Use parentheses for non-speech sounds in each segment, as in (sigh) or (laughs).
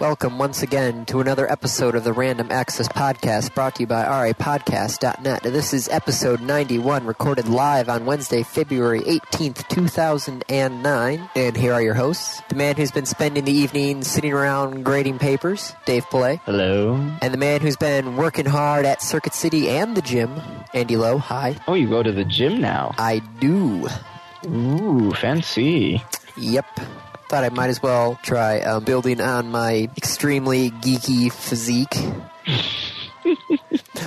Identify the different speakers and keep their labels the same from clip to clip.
Speaker 1: Welcome once again to another episode of the Random Access Podcast brought to you by rapodcast.net. This is episode 91, recorded live on Wednesday, February 18th, 2009. And here are your hosts the man who's been spending the evening sitting around grading papers, Dave Play,
Speaker 2: Hello.
Speaker 1: and the man who's been working hard at Circuit City and the gym, Andy Lowe. Hi.
Speaker 2: Oh, you go to the gym now.
Speaker 1: I do.
Speaker 2: Ooh, fancy.
Speaker 1: Yep. Thought I might as well try um, building on my extremely geeky
Speaker 2: (laughs)
Speaker 1: physique.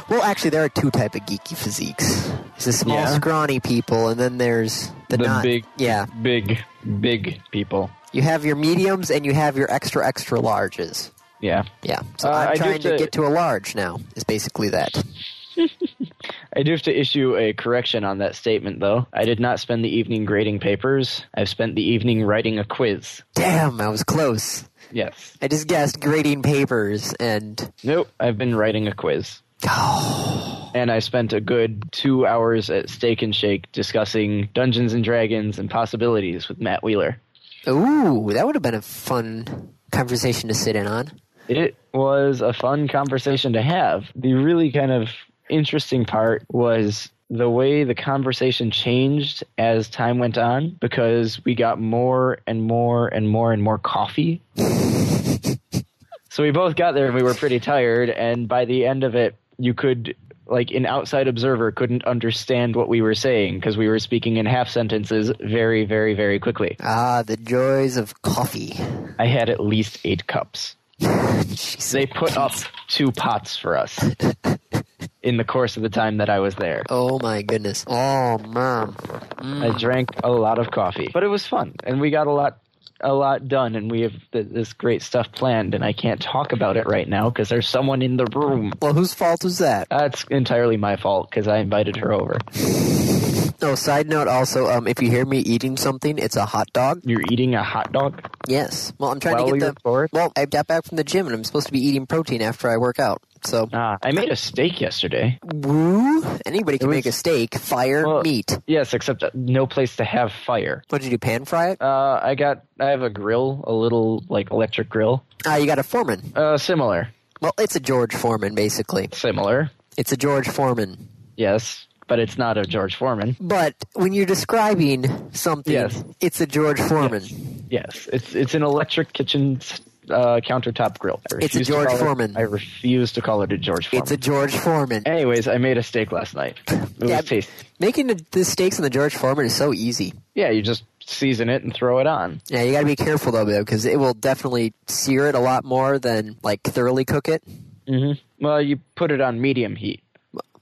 Speaker 1: well, actually, there are two type of geeky physiques. There's the small,
Speaker 2: Yeah.
Speaker 1: scrawny people, and then there's the,
Speaker 2: The
Speaker 1: not-
Speaker 2: big-
Speaker 1: Yeah,
Speaker 2: Big, big people.
Speaker 1: you have your mediums and you have your extra extra larges.
Speaker 2: Yeah.
Speaker 1: Yeah, so
Speaker 2: Uh, I
Speaker 1: I'm
Speaker 2: do
Speaker 1: trying to
Speaker 2: have to-
Speaker 1: get to a large now. Is basically that.
Speaker 2: I do have to issue a correction on that statement, though. I did not spend the evening grading papers. I've spent the evening writing a quiz.
Speaker 1: Damn, I was close.
Speaker 2: Yes.
Speaker 1: I just guessed grading papers and.
Speaker 2: Nope. I've been writing a quiz. (gasps) And I spent a good two hours at Steak and Shake discussing Dungeons and Dragons and possibilities with Matt Wheeler.
Speaker 1: Ooh, that would have been a fun conversation to sit in on.
Speaker 2: It was a fun conversation to have. The really kind of interesting part was the way the conversation changed as time went on because we got more and more and more and more coffee. so we both got there and we were pretty tired and by the end of it you could like an outside observer couldn't understand what we were saying because we were speaking in half sentences very very very quickly.
Speaker 1: Ah, the joys of coffee.
Speaker 2: I had at least 8 cups.
Speaker 1: Jeez.
Speaker 2: they put up two pots for us in the course of the time that I was there.
Speaker 1: Oh my goodness. Oh man.
Speaker 2: I drank a lot of coffee, but it was fun, and we got a lot a lot done and we have th- this great stuff planned and I can't talk about it right now cuz there's someone in the room.
Speaker 1: Well, whose fault was that?
Speaker 2: That's entirely my fault cuz I invited her over.
Speaker 1: Oh, side note also, um, if you hear me eating something, it's a hot dog.
Speaker 2: You're eating a hot dog?
Speaker 1: Yes. Well, I'm trying
Speaker 2: Well,
Speaker 1: to
Speaker 2: you're
Speaker 1: get the.
Speaker 2: bored?
Speaker 1: Well, I got back from the gym and I'm supposed to be eating protein after I work out. So,
Speaker 2: Ah, I made a steak yesterday.
Speaker 1: woo! Anybody can
Speaker 2: It was-
Speaker 1: make a steak, fire,
Speaker 2: Well-
Speaker 1: meat.
Speaker 2: Yes, except no place to have fire.
Speaker 1: What did you do? Pan fry it?
Speaker 2: Uh, I got I have a grill, a little like electric grill.
Speaker 1: Ah, you got a Foreman.
Speaker 2: Uh, similar.
Speaker 1: Well, it's a George Foreman, basically.
Speaker 2: Similar.
Speaker 1: It's a George Foreman.
Speaker 2: Yes, but it's not a George Foreman.
Speaker 1: But when you're describing something,
Speaker 2: Yes.
Speaker 1: it's a George Foreman.
Speaker 2: Yes, it's it's an electric kitchen uh, countertop grill. I
Speaker 1: It's a
Speaker 2: refuse to
Speaker 1: George
Speaker 2: call it-
Speaker 1: Foreman.
Speaker 2: I refuse to call it a George Foreman.
Speaker 1: It's a George Foreman.
Speaker 2: Anyways, I made a steak last night. It was
Speaker 1: Yeah.
Speaker 2: tasty.
Speaker 1: Making the, the steaks in the George Foreman is so easy.
Speaker 2: Yeah, you just season it and throw it on.
Speaker 1: Yeah, you got to be careful though, because it will definitely sear it a lot more than like thoroughly cook it.
Speaker 2: hmm Well, you put it on medium heat.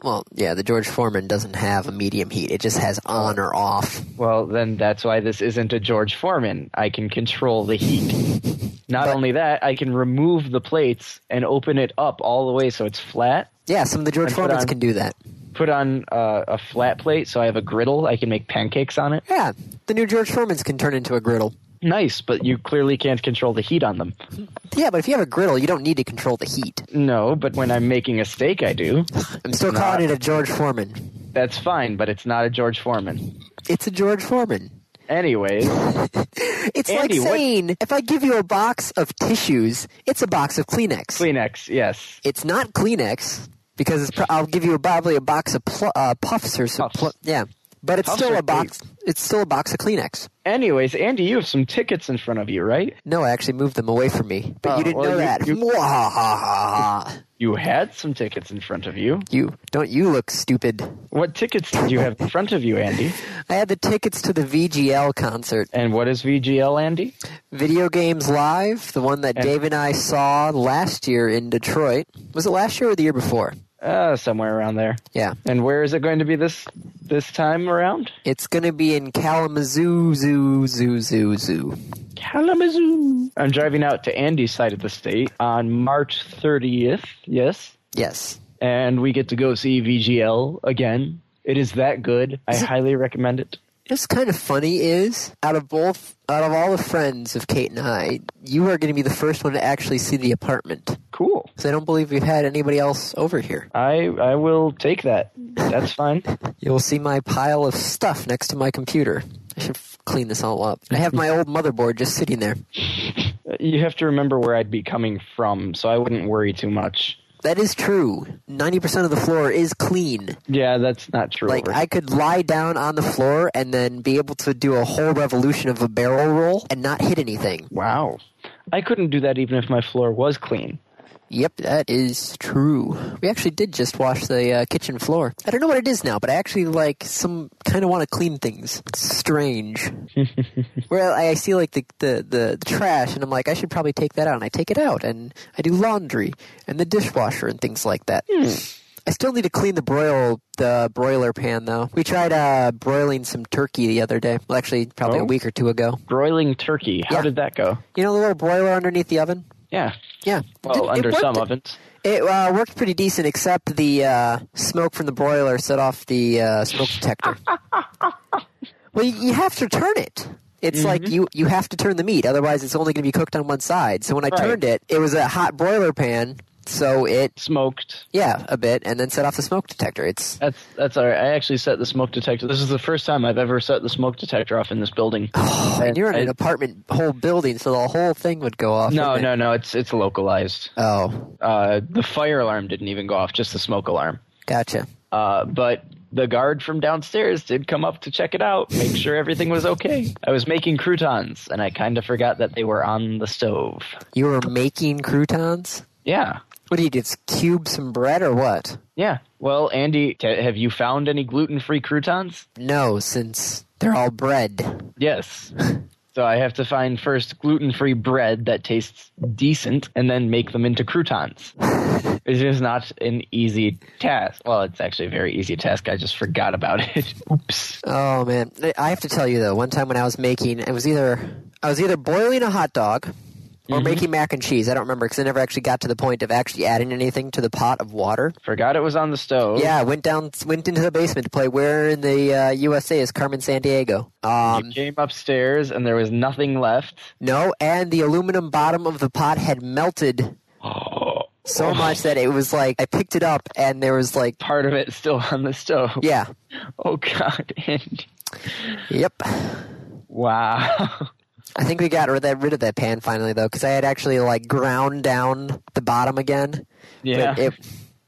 Speaker 1: Well, yeah, the George Foreman doesn't have a medium heat; it just has on or off.
Speaker 2: Well, then that's why this isn't a George Foreman. I can control the heat. Not
Speaker 1: But-
Speaker 2: only that, I can remove the plates and open it up all the way so it's flat.
Speaker 1: Yeah, some of the George
Speaker 2: And put
Speaker 1: Foremans
Speaker 2: on-
Speaker 1: can do that.
Speaker 2: Put on uh, a flat plate so I have a griddle. I can make pancakes on it.
Speaker 1: Yeah, the new George Foremans can turn into a griddle.
Speaker 2: Nice, but you clearly can't control the heat on them.
Speaker 1: Yeah, but if you have a griddle, you don't need to control the heat.
Speaker 2: No, but when I'm making a steak, I do.
Speaker 1: I'm still
Speaker 2: Nah.
Speaker 1: calling it a George Foreman.
Speaker 2: That's fine, but it's not a George Foreman.
Speaker 1: It's a George Foreman. (laughs)
Speaker 2: Anyways,
Speaker 1: It's like
Speaker 2: Andy, what-
Speaker 1: saying if I give you a box of tissues, it's a box of Kleenex.
Speaker 2: Kleenex, yes.
Speaker 1: it's not Kleenex because it's pro- I'll give you a, probably a box of pl- uh, puffs or some
Speaker 2: Puffs.
Speaker 1: pl- yeah, but it's
Speaker 2: Puffs
Speaker 1: still
Speaker 2: are
Speaker 1: a box. It's still a box of Kleenex.
Speaker 2: Anyways, Andy, you have some tickets in front of you, right?
Speaker 1: No, I actually moved them away from me, but
Speaker 2: Oh,
Speaker 1: you didn't
Speaker 2: well,
Speaker 1: know
Speaker 2: you-
Speaker 1: that.
Speaker 2: you-
Speaker 1: Mwahahaha.
Speaker 2: You had some tickets in front of you.
Speaker 1: (laughs) You don't you look stupid?
Speaker 2: What tickets did you have in front of you, Andy?
Speaker 1: I had the tickets to the VGL concert,
Speaker 2: And what is VGL, Andy?
Speaker 1: Video Games Live, the one that
Speaker 2: And-
Speaker 1: Dave and I saw last year in Detroit. Was it last year or the year before?
Speaker 2: Uh, somewhere around there.
Speaker 1: Yeah,
Speaker 2: And where is it going to be this this time around?
Speaker 1: it's gonna be in Kalamazoo, zoo, zoo, zoo, zoo.
Speaker 2: Kalamazoo. I'm driving out to Andy's side of the state on March 30th. Yes.
Speaker 1: Yes.
Speaker 2: and we get to go see VGL again. It is that good. I highly recommend it.
Speaker 1: What's kind of funny is, out of both, out of all the friends of Kate and I, you are going to be the first one to actually see the apartment.
Speaker 2: Cool.
Speaker 1: Because I don't believe we've had anybody else over here.
Speaker 2: I I will take that.
Speaker 1: (laughs)
Speaker 2: That's fine.
Speaker 1: You'll see my pile of stuff next to my computer. I should f- clean this all up. I have my old motherboard just sitting there.
Speaker 2: you have to remember where I'd be coming from, so I wouldn't worry too much.
Speaker 1: That is true. 90% of the floor is clean.
Speaker 2: Yeah, that's not true.
Speaker 1: Like,
Speaker 2: over
Speaker 1: I could lie down on the floor and then be able to do a whole revolution of a barrel roll and not hit anything.
Speaker 2: Wow. I couldn't do that even if my floor was clean.
Speaker 1: Yep, that is true. We actually did just wash the uh, kitchen floor. I don't know what it is now, but I actually like some kind of want to clean things. It's
Speaker 2: (laughs)
Speaker 1: strange. Where I, I see like the, the, the trash and I'm like, I should probably take that out. And I take it out and I do laundry and the dishwasher and things like that.
Speaker 2: Hmm.
Speaker 1: I still need to clean the broil the broiler pan though. We tried uh, broiling some turkey the other day. Well, actually, probably a
Speaker 2: Oh.
Speaker 1: week or two ago.
Speaker 2: Broiling turkey. How
Speaker 1: Yeah.
Speaker 2: did that go?
Speaker 1: You know the little broiler underneath the oven?
Speaker 2: Yeah.
Speaker 1: Yeah.
Speaker 2: Well,
Speaker 1: It- it
Speaker 2: Oh, under
Speaker 1: worked.
Speaker 2: some ovens.
Speaker 1: It uh, worked pretty decent, except the uh, smoke from the broiler set off the uh, smoke
Speaker 2: (laughs)
Speaker 1: detector. well, you, you have to turn it. It's like
Speaker 2: Mm-hmm.
Speaker 1: you, you have to turn the meat, otherwise it's only going to be cooked on one side. So when I
Speaker 2: Right.
Speaker 1: turned it, it was a hot broiler pan, so it
Speaker 2: Smoked.
Speaker 1: yeah a bit, and then set off the smoke detector. It's
Speaker 2: That's that's all right. I actually set the smoke detector. This is the first time I've ever set the smoke detector off in this building.
Speaker 1: (sighs) and you're in an
Speaker 2: I-
Speaker 1: apartment whole building, so the whole thing would go off.
Speaker 2: no,
Speaker 1: wouldn't
Speaker 2: no,
Speaker 1: it?
Speaker 2: no. It's it's localized.
Speaker 1: Oh,
Speaker 2: Uh, the fire alarm didn't even go off. Just the smoke alarm.
Speaker 1: gotcha.
Speaker 2: Uh, but the guard from downstairs did come up to check it out, make sure everything was okay. I was making croutons, and I kind of forgot that they were on the stove.
Speaker 1: You were making croutons.
Speaker 2: Yeah,
Speaker 1: What do you do? Just cube some bread or what?
Speaker 2: yeah. Well, Andy, t- have you found any gluten-free croutons?
Speaker 1: No, since they're all bread.
Speaker 2: Yes. So I have to find first gluten-free bread that tastes decent, and then make them into croutons. It is not an easy task. Well, it's actually a very easy task. I just forgot about it. (laughs) Oops.
Speaker 1: Oh man, I have to tell you though. One time when I was making, it was either I was either boiling a hot dog or making mac and cheese. I don't remember because I never actually got to the point of actually adding anything to the pot of water.
Speaker 2: Forgot it was on the stove.
Speaker 1: Yeah, I went down, went into the basement to play. Where in the uh, USA is Carmen San Diego? Um,
Speaker 2: You came upstairs and there was nothing left.
Speaker 1: no, and the aluminum bottom of the pot had melted so much that it was like I picked it up and there was like,
Speaker 2: Part of it still on the stove.
Speaker 1: yeah,
Speaker 2: Oh God, (laughs) Andy.
Speaker 1: yep.
Speaker 2: Wow.
Speaker 1: I think we got rid of that, rid of that pan finally though because I had actually like ground down the bottom again.
Speaker 2: Yeah.
Speaker 1: But it,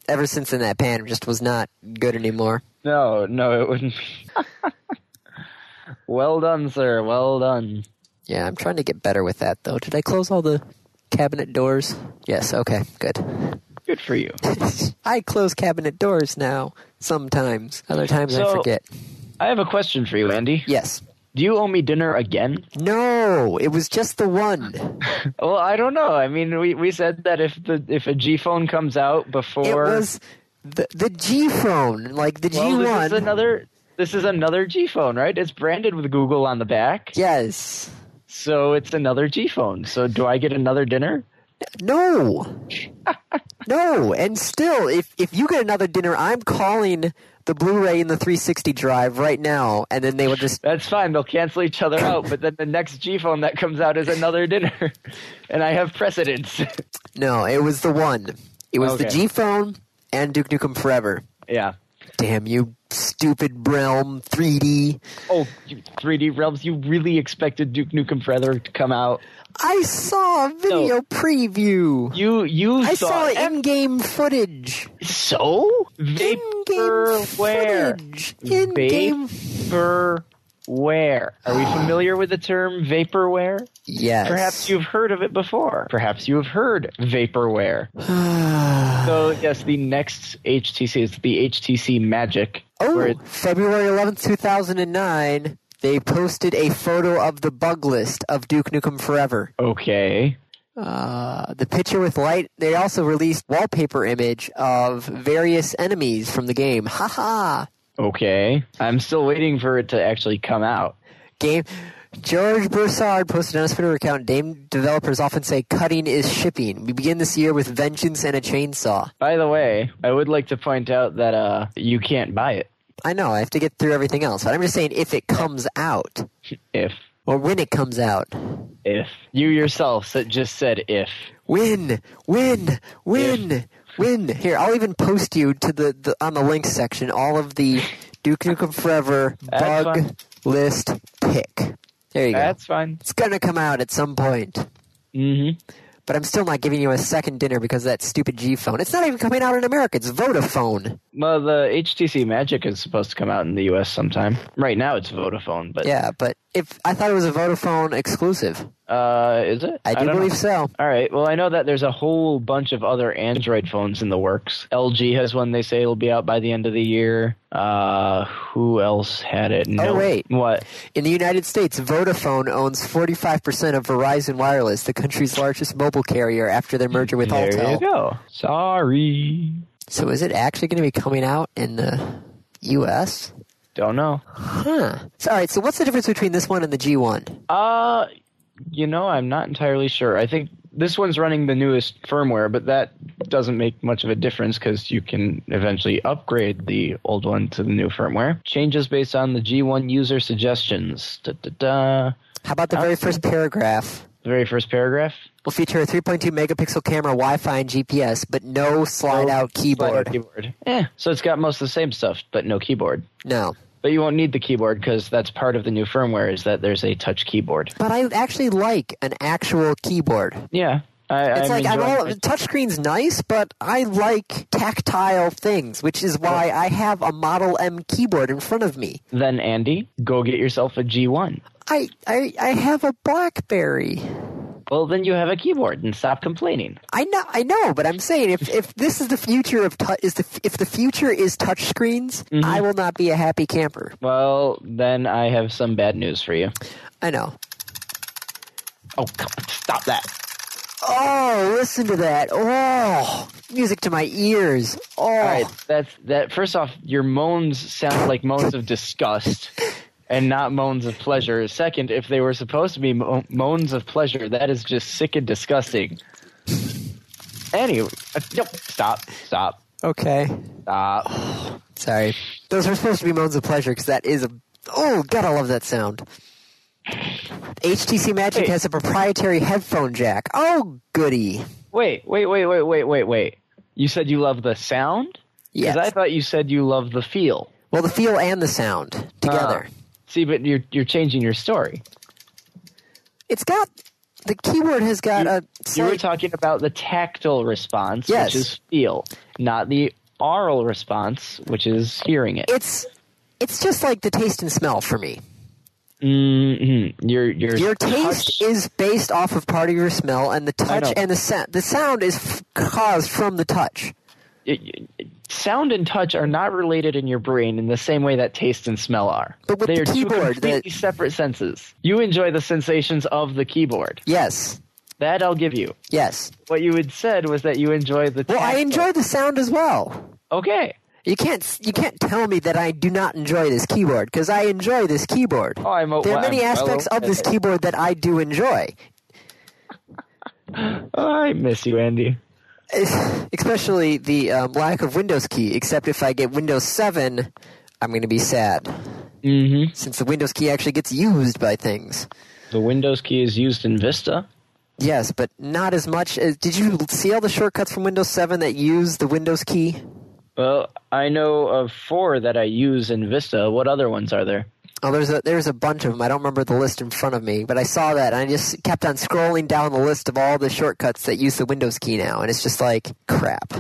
Speaker 1: ever since in that pan, it just was not good anymore.
Speaker 2: no, no, it wouldn't. be. (laughs) well done, sir. Well done.
Speaker 1: Yeah, I'm trying to get better with that though. Did I close all the cabinet doors? Yes. Okay. Good. (laughs)
Speaker 2: Good for you.
Speaker 1: I close cabinet doors now. Sometimes. Other times I
Speaker 2: So-
Speaker 1: forget.
Speaker 2: I have a question for you, Andy.
Speaker 1: Yes.
Speaker 2: Do you owe me dinner again?
Speaker 1: No, it was just the one.
Speaker 2: Well, I don't know. I mean, we, we said that if the if a G phone comes out before
Speaker 1: It was the the G phone, like the
Speaker 2: well,
Speaker 1: G
Speaker 2: this
Speaker 1: one.
Speaker 2: is another this is another G phone, right? It's branded with Google on the back.
Speaker 1: yes.
Speaker 2: So it's another G phone. So do I get another dinner?
Speaker 1: No. no. And still, if if you get another dinner, I'm calling the Blu-ray and the 360 drive right now, and then they will just
Speaker 2: That's fine. They'll cancel each other out, but then the next G phone that comes out is another dinner, (laughs) and I have precedence. (laughs)
Speaker 1: No, it was the one. It was the
Speaker 2: Okay.
Speaker 1: G phone and Duke Nukem Forever.
Speaker 2: yeah.
Speaker 1: Damn you, stupid realm 3D.
Speaker 2: Oh, you 3D realms. You really expected Duke Nukem Forever to come out?
Speaker 1: I saw a video preview.
Speaker 2: You you
Speaker 1: I saw
Speaker 2: thought
Speaker 1: in-game footage.
Speaker 2: so
Speaker 1: In-game
Speaker 2: vaporware.
Speaker 1: footage. In-game.
Speaker 2: Vaporware. Are we familiar with the term
Speaker 1: (sighs)
Speaker 2: vaporware?
Speaker 1: Yes.
Speaker 2: Perhaps you've heard of it before. Perhaps you have heard
Speaker 1: (sighs)
Speaker 2: vaporware. so yes, the next HTC it's the HTC Magic. where
Speaker 1: Oh,
Speaker 2: it-
Speaker 1: February 11th, 2009, they posted a photo of the bug list of Duke Nukem Forever.
Speaker 2: okay.
Speaker 1: Uh, the picture with light. They also released wallpaper image of various enemies from the game. Haha.
Speaker 2: Okay. I'm still waiting for it to actually come out.
Speaker 1: Game. George Broussard posted on his Twitter account. Game developers often say cutting is shipping. We begin this year with vengeance and a chainsaw.
Speaker 2: By the way, I would like to point out that uh you can't buy it
Speaker 1: I know. I have to get through everything else, but I'm just saying if it comes out
Speaker 2: if
Speaker 1: or when it comes out.
Speaker 2: if you yourself sa- just said if.
Speaker 1: Win, win, win, win. Here, I'll even post you to the, the on the links section all of the Duke Nukem Forever
Speaker 2: That's
Speaker 1: bug
Speaker 2: fine.
Speaker 1: list pick. There you go.
Speaker 2: That's fine.
Speaker 1: It's gonna come out at some point.
Speaker 2: Mm-hmm.
Speaker 1: But I'm still not giving you a second dinner because of that stupid G phone. It's not even coming out in America. It's Vodafone.
Speaker 2: Well, the HTC Magic is supposed to come out in the U.S. sometime. Right now, it's Vodafone, but
Speaker 1: Yeah, but if I thought it was a Vodafone exclusive.
Speaker 2: uh, is it?
Speaker 1: I do
Speaker 2: don't know.
Speaker 1: believe so.
Speaker 2: All right. Well, I know that there's a whole bunch of other Android phones in the works. LG has one they say will be out by the end of the year. Uh, who else had it? No.
Speaker 1: Oh, wait.
Speaker 2: What?
Speaker 1: In the United States, Vodafone owns 45% of Verizon Wireless, the country's largest mobile carrier after their merger with
Speaker 2: there you
Speaker 1: Altel.
Speaker 2: go. Sorry.
Speaker 1: So is it actually going to be coming out in the US?
Speaker 2: Don't know.
Speaker 1: Huh. So, all right, so what's the difference between this one and the G1?
Speaker 2: Uh, you know, I'm not entirely sure. I think this one's running the newest firmware, but that doesn't make much of a difference because you can eventually upgrade the old one to the new firmware. Changes based on the G1 user suggestions. Da da da.
Speaker 1: How about the very first paragraph?
Speaker 2: The very first paragraph.
Speaker 1: Will feature a 3.2 megapixel camera, Wi Fi, and GPS, but no slide out
Speaker 2: Slider
Speaker 1: keyboard.
Speaker 2: keyboard. Yeah. So it's got most of the same stuff, but no keyboard.
Speaker 1: No.
Speaker 2: But you won't need the keyboard because that's part of the new firmware is that there's a touch keyboard.
Speaker 1: But I actually like an actual keyboard.
Speaker 2: Yeah. I,
Speaker 1: It's
Speaker 2: I'm
Speaker 1: like I'm
Speaker 2: enjoying
Speaker 1: all
Speaker 2: it.
Speaker 1: touchscreen's nice, but I like tactile things, which is why I have a Model M keyboard in front of me.
Speaker 2: Then Andy, go get yourself a G1.
Speaker 1: I I, I have a BlackBerry.
Speaker 2: Well, then you have a keyboard and stop complaining.
Speaker 1: I know I know, but I'm saying if, if this is the future of tou- is the if the future is touchscreens,
Speaker 2: Mm-hmm.
Speaker 1: I will not be a happy camper.
Speaker 2: Well, then I have some bad news for you.
Speaker 1: I know.
Speaker 2: Oh, come on, stop that.
Speaker 1: Oh, listen to that. Oh, music to my ears. Oh,
Speaker 2: All right, that's that. First off, your moans sound like moans of disgust and not moans of pleasure. Second, if they were supposed to be mo- moans of pleasure, that is just sick and disgusting. Anyway, uh, nope, stop, stop,
Speaker 1: okay.
Speaker 2: stop.
Speaker 1: Sorry. Those were supposed to be moans of pleasure because that is a. Oh, God, I love that sound. HTC Magic
Speaker 2: Wait.
Speaker 1: has a proprietary headphone jack. Oh, goody.
Speaker 2: Wait, wait, wait, wait, wait, wait, wait. You said you love the sound?
Speaker 1: Yes.
Speaker 2: I thought you said you love the feel.
Speaker 1: well, the feel and the sound together.
Speaker 2: Ah. See, but you're you're changing your story.
Speaker 1: It's got. The keyboard has got a.
Speaker 2: You were
Speaker 1: slight-
Speaker 2: talking about the tactile response,
Speaker 1: Yes.
Speaker 2: which is feel, not the aural response, which is hearing it.
Speaker 1: it's. It's just like the taste and smell for me.
Speaker 2: Mm-hmm. Your your
Speaker 1: Your taste
Speaker 2: touch-
Speaker 1: is based off of part of your smell, and the touch
Speaker 2: know.
Speaker 1: and the sound. The sound is f- caused from the touch.
Speaker 2: it- it- sound and touch are not related in your brain in the same way that taste and smell are.
Speaker 1: But with
Speaker 2: they
Speaker 1: the
Speaker 2: are two
Speaker 1: keyboard, the-
Speaker 2: completely separate senses. You enjoy the sensations of the keyboard.
Speaker 1: Yes.
Speaker 2: That I'll give you.
Speaker 1: Yes.
Speaker 2: What you had said was that you enjoy the.
Speaker 1: Well, I
Speaker 2: tactile-
Speaker 1: enjoy the sound as well.
Speaker 2: Okay.
Speaker 1: You can't you can't tell me that I do not enjoy this keyboard because I enjoy this keyboard.
Speaker 2: Oh, I'm.
Speaker 1: there are many aspects of this keyboard that I do enjoy,
Speaker 2: I miss you, Andy.
Speaker 1: especially the um, lack of Windows key. Except if I get Windows Seven, I'm going to be sad
Speaker 2: Mm-hmm.
Speaker 1: since the Windows key actually gets used by things.
Speaker 2: The Windows key is used in Vista.
Speaker 1: Yes, but not as much as. Did you see all the shortcuts from Windows Seven that use the Windows key?
Speaker 2: Well, I know of four that I use in Vista. What other ones are there?
Speaker 1: Oh, there's a there's a bunch of them. I don't remember the list in front of me, but I saw that and I just kept on scrolling down the list of all the shortcuts that use the Windows key now, and it's just like crap.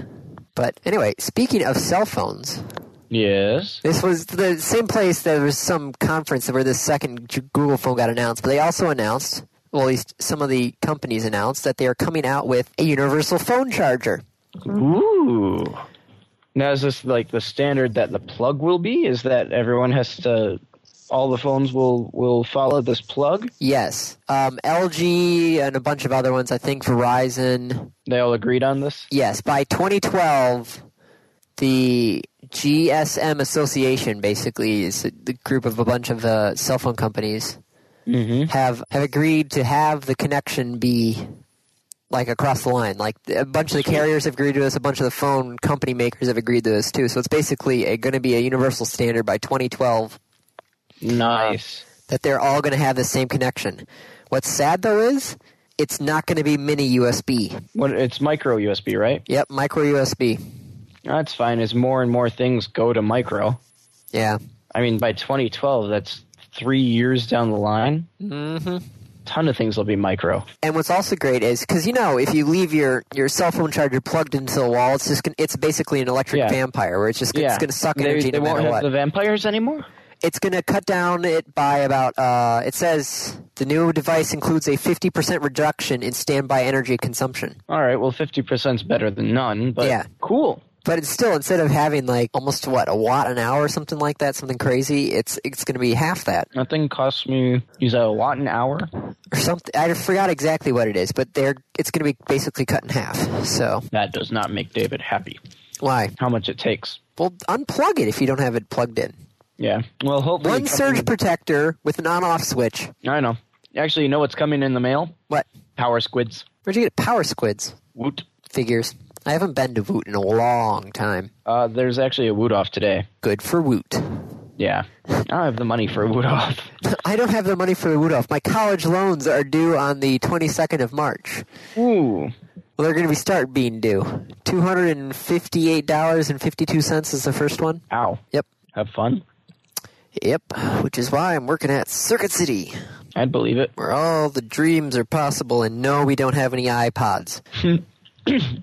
Speaker 1: But anyway, speaking of cell phones,
Speaker 2: Yes.
Speaker 1: this was the same place there was some conference where this second G- Google phone got announced, but they also announced, well, at least some of the companies announced that they are coming out with a universal phone charger.
Speaker 2: Ooh. Now is this like the standard that the plug will be? Is that everyone has to all the phones will will follow this plug?
Speaker 1: Yes, um, LG and a bunch of other ones. I think Verizon,
Speaker 2: They all agreed on this?
Speaker 1: Yes, by 2012, the GSM Association basically is the group of a bunch of uh, cell phone companies
Speaker 2: Mm-hmm.
Speaker 1: have have agreed to have the connection be like across the line. Like a bunch of the carriers have agreed to this, a bunch of the phone company makers have agreed to this too. So it's basically going to be a universal standard by 2012
Speaker 2: Nice.
Speaker 1: that they're all going to have the same connection. What's sad though is it's not going to be mini USB.
Speaker 2: What it's micro USB, right?
Speaker 1: Yep, micro USB.
Speaker 2: That's fine as more and more things go to micro.
Speaker 1: Yeah.
Speaker 2: I mean by twenty twelve that's three years down the line.
Speaker 1: Mm-hmm.
Speaker 2: ton of things will be micro.
Speaker 1: And what's also great is because you know if you leave your, your cell phone charger plugged into the wall, it's just gonna, it's basically an electric
Speaker 2: Yeah.
Speaker 1: vampire where it's just gonna-
Speaker 2: yeah,
Speaker 1: it's going to suck
Speaker 2: They-
Speaker 1: energy
Speaker 2: They,
Speaker 1: no
Speaker 2: won't
Speaker 1: matter what.
Speaker 2: have the vampires anymore.
Speaker 1: it's going to cut down it by about. Uh, it says the new device includes a fifty percent reduction in standby energy consumption.
Speaker 2: All right, well, fifty percent's better than none. But
Speaker 1: Yeah.
Speaker 2: cool.
Speaker 1: But it's still instead of having like almost what a watt an hour or something like that, something crazy, it's it's going to be half that
Speaker 2: That thing costs me is that a watt an hour?
Speaker 1: or something. I forgot exactly what it is, but they're it's going to be basically cut in half. So
Speaker 2: That does not make David happy.
Speaker 1: why?
Speaker 2: How much it takes?
Speaker 1: Well, unplug it if you don't have it plugged in.
Speaker 2: Yeah. Well, hopefully
Speaker 1: One
Speaker 2: something-
Speaker 1: surge protector with an on-off switch.
Speaker 2: I know. Actually, you know what's coming in the mail?
Speaker 1: What?
Speaker 2: Power squids.
Speaker 1: Where'd you get power squids?
Speaker 2: Woot.
Speaker 1: Figures. I haven't been to Woot in a long time.
Speaker 2: Uh, there's actually a woot off today.
Speaker 1: Good for Woot. (laughs)
Speaker 2: Yeah. I don't have the money for a woot off. (laughs)
Speaker 1: I don't have the money for the Woot off. My college loans are due on the 22nd of March.
Speaker 2: Ooh.
Speaker 1: Well, they're going to be start being due. $258.52 is the first one.
Speaker 2: Ow.
Speaker 1: Yep.
Speaker 2: Have fun.
Speaker 1: Yep. Which is why I'm working at Circuit City,
Speaker 2: I'd believe it.
Speaker 1: where all the dreams are possible, and no, we don't have any iPods.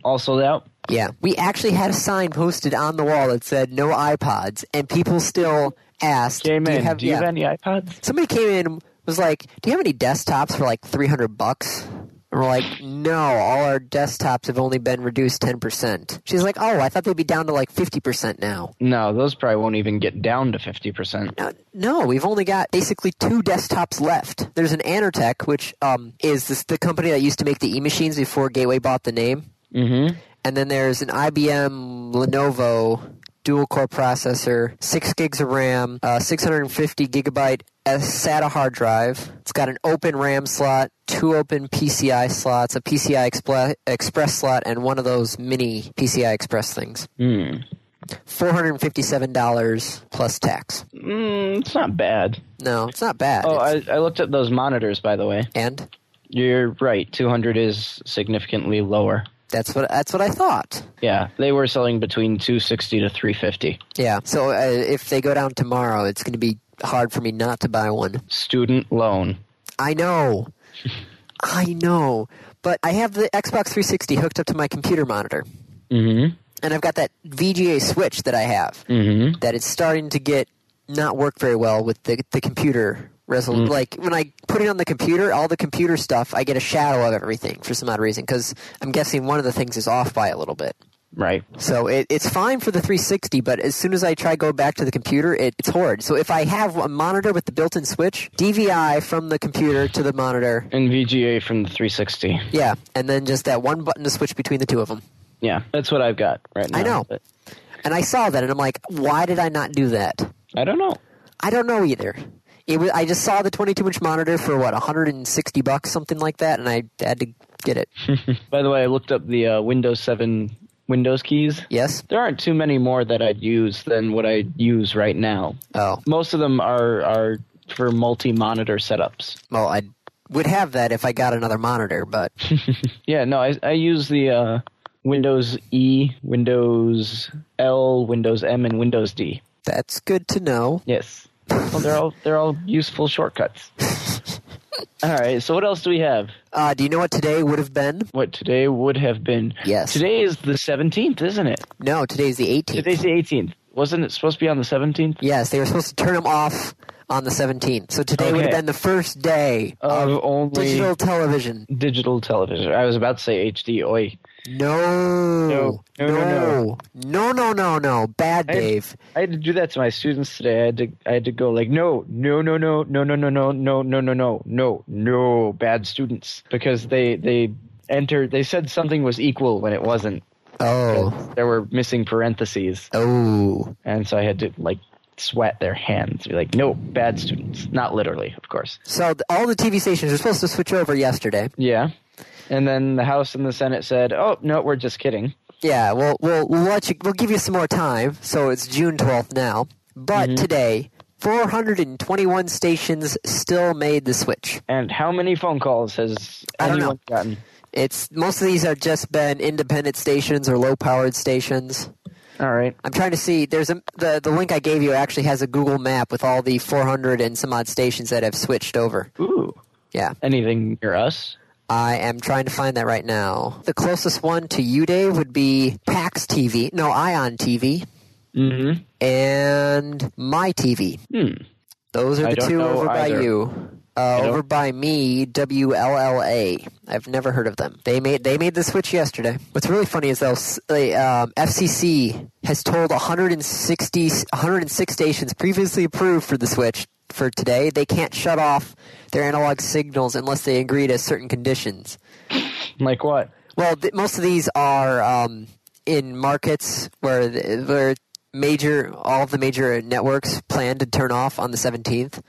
Speaker 2: All sold out.
Speaker 1: Yeah. We actually had a sign posted on the wall that said no iPods, and people still asked,
Speaker 2: Came
Speaker 1: do you
Speaker 2: in.
Speaker 1: have, uh,
Speaker 2: Do you
Speaker 1: yeah.
Speaker 2: have any iPods?
Speaker 1: Somebody came in and was like, do you have any desktops for like 300 bucks? And we're like, no, all our desktops have only been reduced 10%. She's like, oh, I thought they'd be down to like 50% now.
Speaker 2: No, those probably won't even get down to 50%.
Speaker 1: Uh, no, we've only got basically two desktops left. There's an Anertech, which um, is this, the company that used to make the e machines before Gateway bought the name.
Speaker 2: Mm hmm.
Speaker 1: And then there's an IBM Lenovo dual core processor, 6 gigs of RAM, uh, 650 gigabyte SATA hard drive. It's got an open RAM slot, two open PCI slots, a PCI Expla- Express slot, and one of those mini PCI Express things.
Speaker 2: Hmm.
Speaker 1: $457 plus tax.
Speaker 2: Mm, it's not bad.
Speaker 1: No, it's not bad.
Speaker 2: Oh,
Speaker 1: It's-
Speaker 2: I, I looked at those monitors, by the way.
Speaker 1: and
Speaker 2: You're right. 200 is significantly lower.
Speaker 1: that's what that's what I thought.
Speaker 2: Yeah, they were selling between 260 to 350.
Speaker 1: Yeah. So uh, if they go down tomorrow, it's going to be hard for me not to buy one.
Speaker 2: Student loan.
Speaker 1: I know. I know. But I have the Xbox 360 hooked up to my computer monitor.
Speaker 2: Mm
Speaker 1: And I've got that VGA switch that I have
Speaker 2: hmm. Mm
Speaker 1: that it's starting to get not work very well with the, the computer resolution. Like, when I put it on the computer, all the computer stuff, I get a shadow of everything for some odd reason because I'm guessing one of the things is off by a little bit.
Speaker 2: hmm. Right.
Speaker 1: So it, it's fine for the 360, but as soon as I try go back to the computer, it, it's horrid. So if I have a monitor with the built-in switch, DVI from the computer to the monitor,
Speaker 2: And VGA from the 360.
Speaker 1: yeah, and then just that one button to switch between the two of them.
Speaker 2: Yeah, that's what I've got right now.
Speaker 1: I know.
Speaker 2: but
Speaker 1: And I saw that, and I'm like, why did I not do that?
Speaker 2: I don't know.
Speaker 1: I don't know either. It was, I just saw the 22-inch monitor for what 160 bucks, something like that, and I had to get it.
Speaker 2: By the way, I looked up the uh, Windows 7 Windows keys.
Speaker 1: yes.
Speaker 2: There aren't too many more that I'd use than what I use right now.
Speaker 1: Oh
Speaker 2: Most of them are are for multi-monitor setups.
Speaker 1: well, I would have that if I got another monitor, but
Speaker 2: Yeah, no, I, I use the uh, Windows E, Windows L, Windows M, and Windows D.
Speaker 1: that's good to know.
Speaker 2: Yes. Well, they're all they're all useful shortcuts. all right. So what else do we have?
Speaker 1: Uh, do you know what today would have been?
Speaker 2: What today would have been?
Speaker 1: Yes.
Speaker 2: Today is the seventeenth, isn't it?
Speaker 1: No, today's the 18th.
Speaker 2: Today's the eighteenth. Wasn't it supposed to be on the seventeenth
Speaker 1: yes, they were supposed to turn them off on the 17th. So today would have
Speaker 2: Okay.
Speaker 1: been the first day
Speaker 2: of only
Speaker 1: digital
Speaker 2: digital.
Speaker 1: television.
Speaker 2: television? I was about to say HD. Oi.
Speaker 1: No.
Speaker 2: No. No, no,
Speaker 1: No, no, no, no. Bad
Speaker 2: I-
Speaker 1: Dave.
Speaker 2: I had to do that to my students today. I had to I had to go like no no no no no no no no no no no no no no bad students because they they entered they said something was equal when it wasn't.
Speaker 1: Oh.
Speaker 2: There were missing parentheses.
Speaker 1: Oh.
Speaker 2: And so I had to like sweat their hands, be like, no, bad students. Not literally, of course.
Speaker 1: So th- all the TV stations were supposed to switch over yesterday.
Speaker 2: Yeah. And then the House and the Senate said, oh, no, we're just kidding.
Speaker 1: Yeah, well, we'll, we'll let you. We'll give you some more time. So it's June 12th now.
Speaker 2: Mm-hmm.
Speaker 1: But today, 421 stations still made the switch.
Speaker 2: And how many phone calls has
Speaker 1: I don't know.
Speaker 2: anyone gotten?
Speaker 1: It's most of these have just been independent stations or low-powered stations.
Speaker 2: All right.
Speaker 1: I'm trying to see. There's a the the link I gave you actually has a Google map with all the 400 and some odd stations that have switched over.
Speaker 2: Ooh.
Speaker 1: Yeah.
Speaker 2: Anything near us?
Speaker 1: I am trying to find that right now. The closest one to you, Dave, would be PAX TV. No, Ion TV
Speaker 2: Mm-hmm.
Speaker 1: and My TV.
Speaker 2: Hmm.
Speaker 1: Those are
Speaker 2: I
Speaker 1: the
Speaker 2: don't
Speaker 1: two
Speaker 2: know
Speaker 1: over by
Speaker 2: either.
Speaker 1: you. Uh,
Speaker 2: don't-
Speaker 1: over by me, WLLA. I've never heard of them. They made they made the switch yesterday. What's really funny is though, s- the um, FCC has told 160 106 stations previously approved for the switch for today they can't shut off their analog signals unless they agree to certain conditions.
Speaker 2: Like what?
Speaker 1: Well, th- most of these are um, in markets where th- where major all of the major networks plan to turn off on the 17th.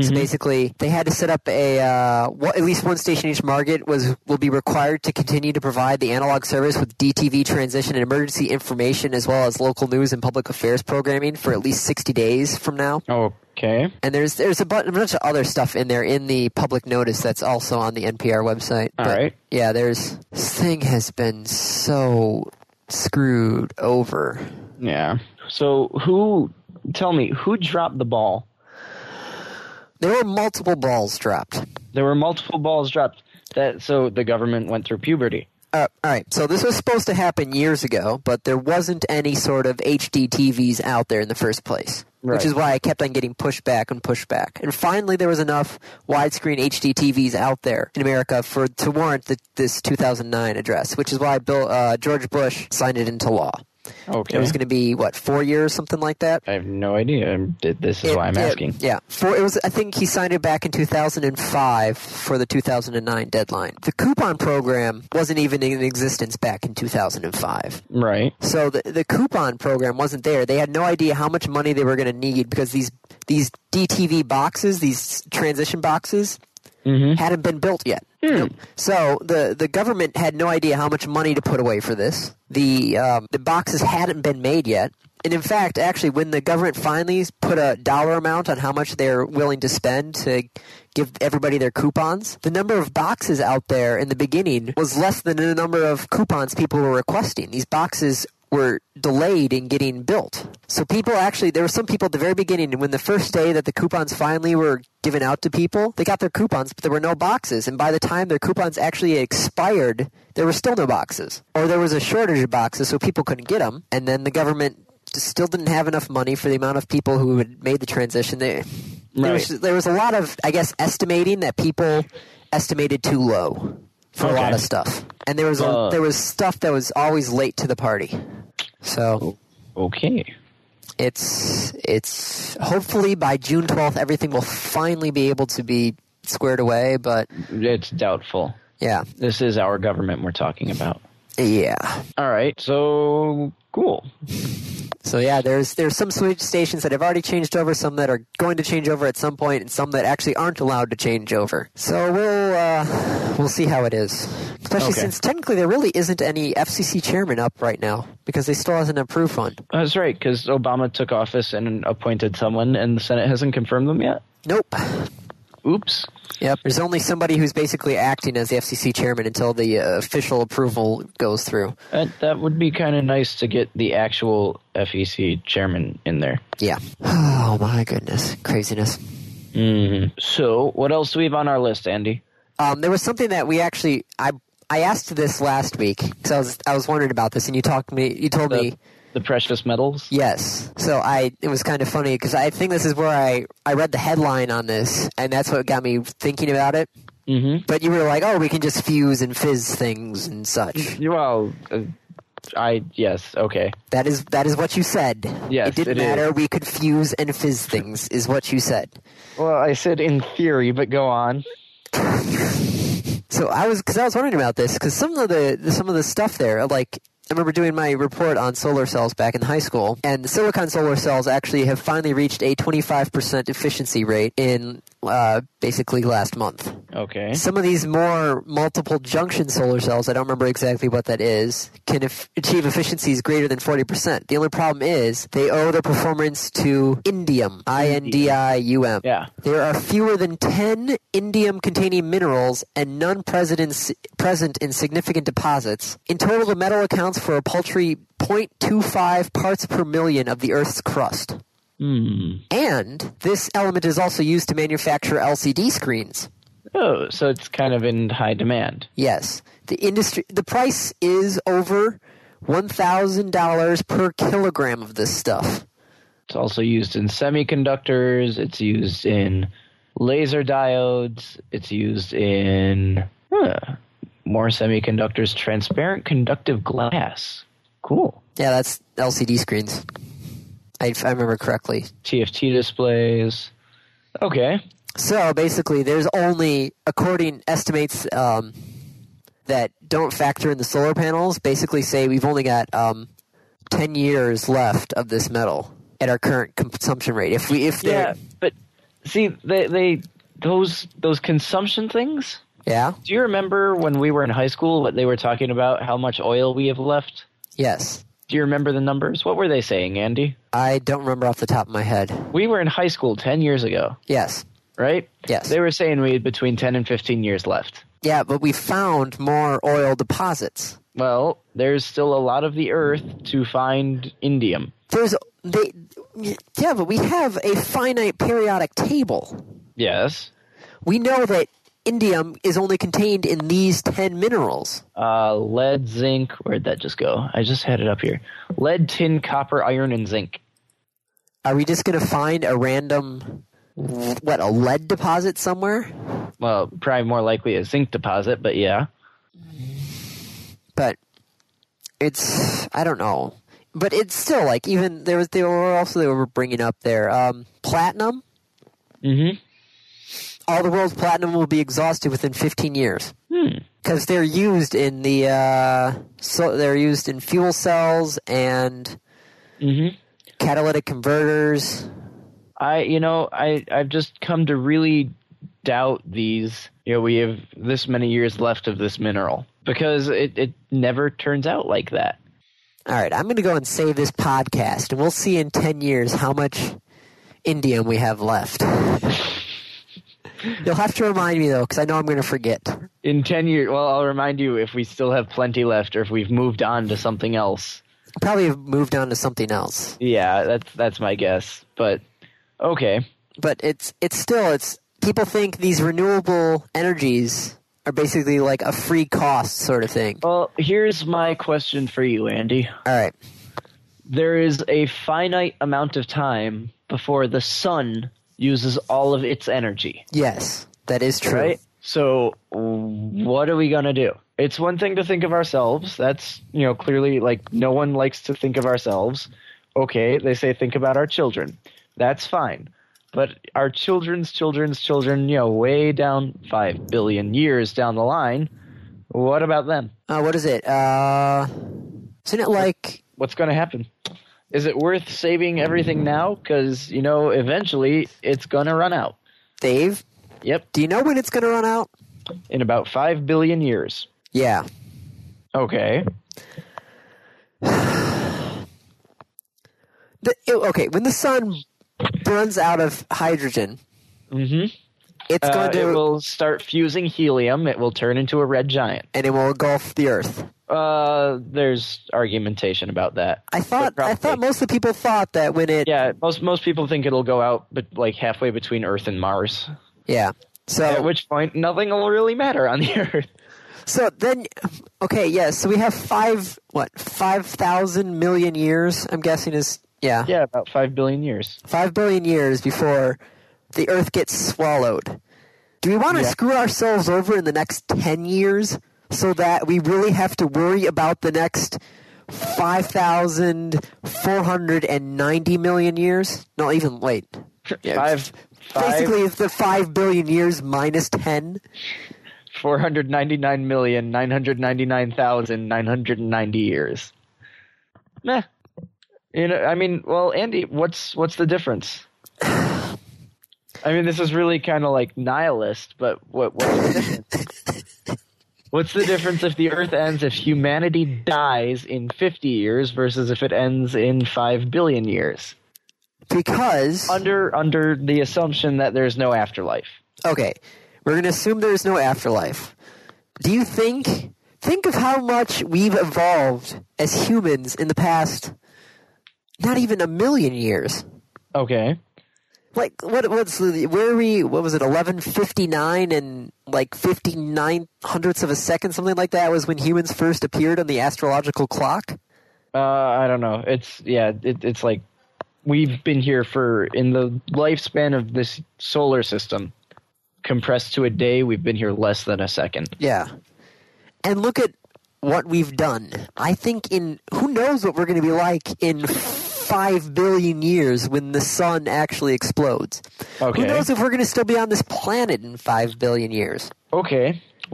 Speaker 1: So basically, they had to set up a uh, wha- at least one station in each market was will be required to continue to provide the analog service with DTV transition and emergency information as well as local news and public affairs programming for at least 60 days from now.
Speaker 2: Okay.
Speaker 1: And there's there's a bu- a bunch of other stuff in there in the public notice that's also on the NPR website.
Speaker 2: All
Speaker 1: But,
Speaker 2: right.
Speaker 1: Yeah, there's this thing has been so screwed over.
Speaker 2: Yeah. So who? Tell me who dropped the ball?
Speaker 1: There were multiple balls dropped.
Speaker 2: There were multiple balls dropped. That so the government went through puberty.
Speaker 1: Uh, all right, so this was supposed to happen years ago, but there wasn't any sort of HD TVs out there in the first place,
Speaker 2: Right.
Speaker 1: which is why I kept on getting pushed back and pushed back. And finally, there was enough widescreen HD TVs out there in America for to warrant the, this 2009 address, which is why Bill uh, George Bush signed it into law.
Speaker 2: Okay.
Speaker 1: It was going to be what four years, something like that.
Speaker 2: I have no idea. Did- This is
Speaker 1: It-
Speaker 2: why I'm
Speaker 1: it-
Speaker 2: asking.
Speaker 1: yeah, for it was. I think he signed it back in 2005 for the 2009 deadline. The coupon program wasn't even in existence back in 2005.
Speaker 2: Right.
Speaker 1: So the the coupon program wasn't there. They had no idea how much money they were going to need because these these DTV boxes, these transition boxes,
Speaker 2: Mm-hmm. Hmm.
Speaker 1: hadn't been built yet. So the the government had no idea how much money to put away for this. The um, the boxes hadn't been made yet. And in fact, actually, when the government finally put a dollar amount on how much they're willing to spend to give everybody their coupons, the number of boxes out there in the beginning was less than the number of coupons people were requesting. These boxes were delayed in getting built. So people actually, there were some people at the very beginning, when the first day that the coupons finally were given out to people, they got their coupons, but there were no boxes. And by the time their coupons actually expired, there were still no boxes. Or there was a shortage of boxes, so people couldn't get them. And then the government just still didn't have enough money for the amount of people who had made the transition. They, there, was, there was a lot of, I guess, estimating that people estimated too low for a lot
Speaker 2: Okay.
Speaker 1: of stuff. And there was
Speaker 2: Uh.
Speaker 1: a, there was stuff that was always late to the party. So
Speaker 2: Okay.
Speaker 1: it's it's hopefully by June twelfth everything will finally be able to be squared away. But
Speaker 2: It's doubtful.
Speaker 1: yeah,
Speaker 2: This is our government we're talking about.
Speaker 1: yeah.
Speaker 2: All right. So cool.
Speaker 1: So yeah, there's there's some switch stations that have already changed over, some that are going to change over at some point, and some that actually aren't allowed to change over. So we'll uh, we'll see how it is. Especially
Speaker 2: Okay.
Speaker 1: since technically there really isn't any FCC chairman up right now because they still hasn't approved one.
Speaker 2: That's right, because Obama took office and appointed someone, and the Senate hasn't confirmed them yet.
Speaker 1: Nope.
Speaker 2: Oops.
Speaker 1: Yep. There's only somebody who's basically acting as the FCC chairman until the uh, official approval goes through.
Speaker 2: That, that would be kind of nice to get the actual FEC chairman in there.
Speaker 1: Yeah. (sighs) Oh my goodness, craziness.
Speaker 2: Mm. So, what else do we have on our list, Andy?
Speaker 1: Um, there was something that we actually I I asked this last week because I was I was wondering about this, and you talked me you told
Speaker 2: The,
Speaker 1: me
Speaker 2: the precious metals?
Speaker 1: yes. So I it was kind of funny because I think this is where I I read the headline on this, and that's what got me thinking about it.
Speaker 2: Mm-hmm.
Speaker 1: But you were like, oh, we can just fuse and fizz things and such.
Speaker 2: Well, uh, I yes, okay.
Speaker 1: That is that is what you said.
Speaker 2: Yes,
Speaker 1: it didn't
Speaker 2: it is.
Speaker 1: matter. We could fuse and fizz things, is what you said.
Speaker 2: Well, I said in theory, but go on.
Speaker 1: So I was because I was wondering about this because some of the the- some of the stuff there, like I remember doing my report on solar cells back in high school, and the silicon solar cells actually have finally reached a 25% efficiency rate in uh, basically last month.
Speaker 2: Okay.
Speaker 1: Some of these more multiple junction solar cells, I don't remember exactly what that is, can eff- achieve efficiencies greater than 40%. The only problem is they owe their performance to indium, I N D I U M.
Speaker 2: Yeah.
Speaker 1: There are fewer than 10 indium containing minerals and none present in, present in significant deposits. In total, the metal accounts for a paltry 0.25 parts per million of the Earth's crust.
Speaker 2: Hmm.
Speaker 1: Mm-hmm. And this element is also used to manufacture LCD screens.
Speaker 2: Oh, so it's kind of in high demand.
Speaker 1: Yes. The industry the price is over $1,000 per kilogram of this stuff.
Speaker 2: It's also used in semiconductors, it's used in laser diodes, it's used in huh, more semiconductors, transparent conductive glass. Cool.
Speaker 1: Yeah, that's LCD screens. I- if I remember correctly.
Speaker 2: TFT displays. Okay.
Speaker 1: So basically, there's only, according estimates um, that don't factor in the solar panels, basically say we've only got um, 10 years left of this metal at our current consumption rate. If we, if
Speaker 2: Yeah,
Speaker 1: they're,
Speaker 2: but see, they they those those consumption things.
Speaker 1: yeah,
Speaker 2: Do you remember when we were in high school what they were talking about how much oil we have left?
Speaker 1: yes,
Speaker 2: Do you remember the numbers? What were they saying, Andy?
Speaker 1: I don't remember off the top of my head.
Speaker 2: We were in high school 10 years ago,
Speaker 1: Yes,
Speaker 2: right?
Speaker 1: Yes.
Speaker 2: They were saying we had between 10 and 15 years left.
Speaker 1: yeah, but we found more oil deposits.
Speaker 2: Well, there's still a lot of the earth to find indium.
Speaker 1: There's they, yeah, but we have a finite periodic table.
Speaker 2: Yes.
Speaker 1: We know that indium is only contained in these 10 minerals.
Speaker 2: Uh, lead, zinc, where'd that just go? I just had it up here. Lead, tin, copper, iron, and zinc.
Speaker 1: Are we just going to find a random, what, a lead deposit somewhere?
Speaker 2: Well, probably more likely a zinc deposit, but yeah.
Speaker 1: But it's, I don't know. But it's still like even there was they were also they were bringing up there um, platinum.
Speaker 2: Mm-hmm.
Speaker 1: All the world's platinum will be exhausted within 15 years because they're used in the uh, so they're used in fuel cells and
Speaker 2: Mm-hmm.
Speaker 1: catalytic converters.
Speaker 2: I, you know, I, I've just come to really doubt these. You know, we have this many years left of this mineral because it, it never turns out like that.
Speaker 1: All right, I'm going to go and save this podcast, and we'll see in 10 years how much indium we have left. You'll have to remind me, though, because I know I'm going to forget.
Speaker 2: In 10 years, well, I'll remind you if we still have plenty left or if we've moved on to something else.
Speaker 1: Probably have moved on to something else.
Speaker 2: Yeah, that's that's my guess. But okay.
Speaker 1: But it's, it's still, it's, people think these renewable energies are basically like a free cost sort of thing.
Speaker 2: Well, here's my question for you, Andy.
Speaker 1: All right.
Speaker 2: There is a finite amount of time before the sun uses all of its energy.
Speaker 1: Yes, that is true.
Speaker 2: right? So what are we gonna do? It's one thing to think of ourselves. That's you know clearly like no one likes to think of ourselves. Okay, they say think about our children. That's fine, but our children's children's children, you know, way down five billion years down the line. What about them?
Speaker 1: Uh, what is it? Uh, isn't it like,
Speaker 2: What's gonna happen? Is it worth saving everything now? Because you know eventually it's gonna run out.
Speaker 1: Dave,
Speaker 2: Yep,
Speaker 1: do you know when it's going to run out?
Speaker 2: in about five billion years. Uh,
Speaker 1: Yeah.
Speaker 2: Okay.
Speaker 1: The, it- okay, when the sun burns out of hydrogen,
Speaker 2: Mm-hmm.
Speaker 1: it's
Speaker 2: Uh,
Speaker 1: going to
Speaker 2: it will start fusing helium. It will turn into a red giant.
Speaker 1: and it will engulf the Earth.
Speaker 2: Uh, there's argumentation about that.
Speaker 1: I thought I
Speaker 2: probably.
Speaker 1: thought most of the people thought that when it
Speaker 2: Yeah, most most people think it'll go out, but like halfway between Earth and Mars.
Speaker 1: yeah.
Speaker 2: At
Speaker 1: So
Speaker 2: which point, nothing will really matter on the (laughs) Earth.
Speaker 1: so then okay yeah so we have five what five thousand million years I'm guessing is yeah,
Speaker 2: Yeah, about five billion years.
Speaker 1: five billion years before the Earth gets swallowed. Do we want to
Speaker 2: Yeah.
Speaker 1: screw ourselves over in the next ten years so that we really have to worry about the next five thousand four hundred and ninety million years? No, even wait. Yeah,
Speaker 2: Five,
Speaker 1: Basically, it's the 5 billion years minus 10.
Speaker 2: four hundred ninety-nine million nine hundred ninety-nine thousand nine hundred ninety years. Meh. You know, I mean, well, Andy, what's what's the difference? I mean, this is really kind of like nihilist, but what what's the difference? what's the difference if the Earth ends if humanity dies in fifty years versus if it ends in five billion years?
Speaker 1: Because,
Speaker 2: Under under the assumption that there's no afterlife.
Speaker 1: okay, we're going to assume there's no afterlife. Do you think, think of how much we've evolved as humans in the past not even a million years?
Speaker 2: Okay.
Speaker 1: like what what's the where are we what was it 1159 and like 59 hundredths of a second something like that was when humans first appeared on the astrological clock
Speaker 2: Uh, I don't know. It's yeah. It, it's like we've been here for in the lifespan of this solar system, compressed to a day. We've been here less than a second.
Speaker 1: yeah and look at what we've done i think in who knows what we're going to be like in 5 billion years when the sun actually explodes
Speaker 2: Okay.
Speaker 1: who knows if we're going to still be on this planet in 5 billion years
Speaker 2: Okay.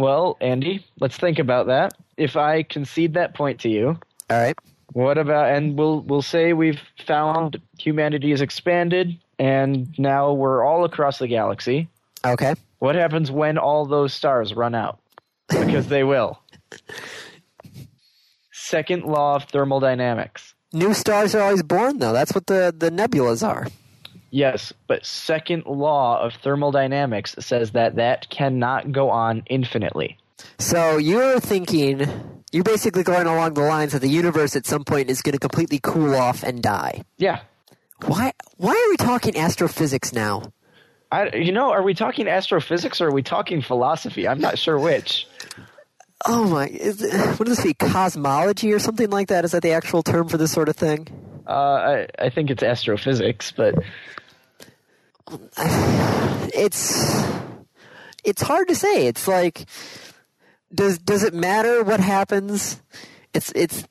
Speaker 2: Well, Andy, let's think about that. If I concede that point to you,
Speaker 1: all right
Speaker 2: what about and we'll we'll say we've found humanity has expanded and now we're all across the galaxy.
Speaker 1: okay
Speaker 2: What happens when all those stars run out? Because they will. Second law of thermodynamics.
Speaker 1: new stars are always born though that's what the the nebulas are
Speaker 2: Yes, but second law of thermodynamics says that that cannot go on infinitely.
Speaker 1: So you're thinking you're basically going along the lines that the universe at some point is going to completely cool off and die.
Speaker 2: Yeah.
Speaker 1: Why? Why are we talking astrophysics now?
Speaker 2: I, you know, are we talking astrophysics or are we talking philosophy? I'm not sure which.
Speaker 1: Oh my! Is it, (sighs) what does this be? Cosmology or something like that? Is that the actual term for this sort of thing?
Speaker 2: Uh, I, I think it's astrophysics, but
Speaker 1: It's it's hard to say. It's like does does it matter what happens? It's it's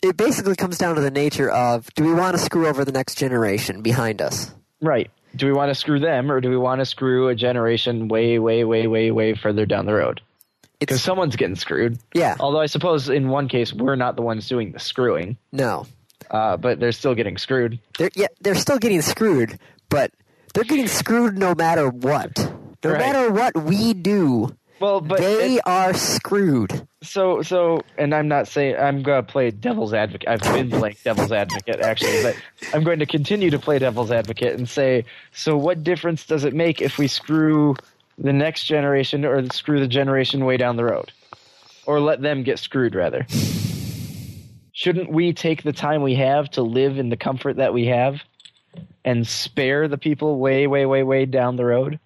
Speaker 1: it basically comes down to the nature of do we want to screw over the next generation behind us?
Speaker 2: right. Do we want to screw them or do we want to screw a generation way, way, way, way, way further down the road? Because
Speaker 1: It's
Speaker 2: someone's getting screwed.
Speaker 1: yeah.
Speaker 2: Although I suppose in one case we're not the ones doing the screwing,
Speaker 1: No.
Speaker 2: uh, but they're still getting screwed.
Speaker 1: they're yeah, they're still getting screwed, but they're getting screwed no matter what. No
Speaker 2: Right.
Speaker 1: matter what we do,
Speaker 2: Well, but
Speaker 1: they
Speaker 2: it-
Speaker 1: are screwed.
Speaker 2: so so, and I'm not saying I'm gonna play devil's advocate. I've been playing devil's advocate actually, but I'm going to continue to play devil's advocate and say, so what difference does it make if we screw the next generation or screw the generation way down the road, or let them get screwed rather? Shouldn't we take the time we have to live in the comfort that we have? And spare the people way, way, way, way down the road.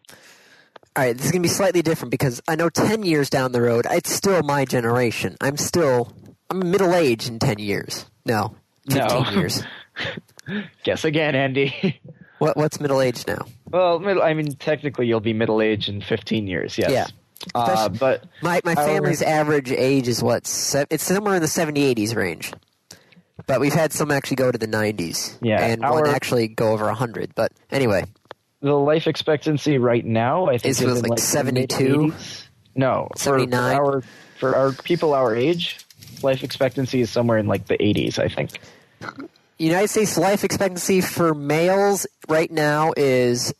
Speaker 1: All right, this is gonna be slightly different because I know ten years down the road, it's still my generation. I'm still I'm middle aged in ten years. No,
Speaker 2: No.
Speaker 1: fifteen
Speaker 2: (laughs)
Speaker 1: years.
Speaker 2: Guess again, Andy. (laughs)
Speaker 1: What what's middle aged now?
Speaker 2: well, middle, I mean, technically, you'll be middle aged in 15 years. Yes.
Speaker 1: Yeah.
Speaker 2: Uh,
Speaker 1: Especially-
Speaker 2: but
Speaker 1: My my
Speaker 2: I
Speaker 1: family's
Speaker 2: always-
Speaker 1: average age is what se- it's somewhere in the 70 80s range. But we've had some actually go to the 90s.
Speaker 2: Yeah,
Speaker 1: And
Speaker 2: our-
Speaker 1: one actually go over 100. But anyway,
Speaker 2: the life expectancy right now, I think,
Speaker 1: It's
Speaker 2: is
Speaker 1: with,
Speaker 2: in,
Speaker 1: like,
Speaker 2: like
Speaker 1: 72?
Speaker 2: 80s. No, for-
Speaker 1: 79?
Speaker 2: For, our for our people our age, life expectancy is somewhere in like the 80s. I think.
Speaker 1: United States life expectancy for males right now is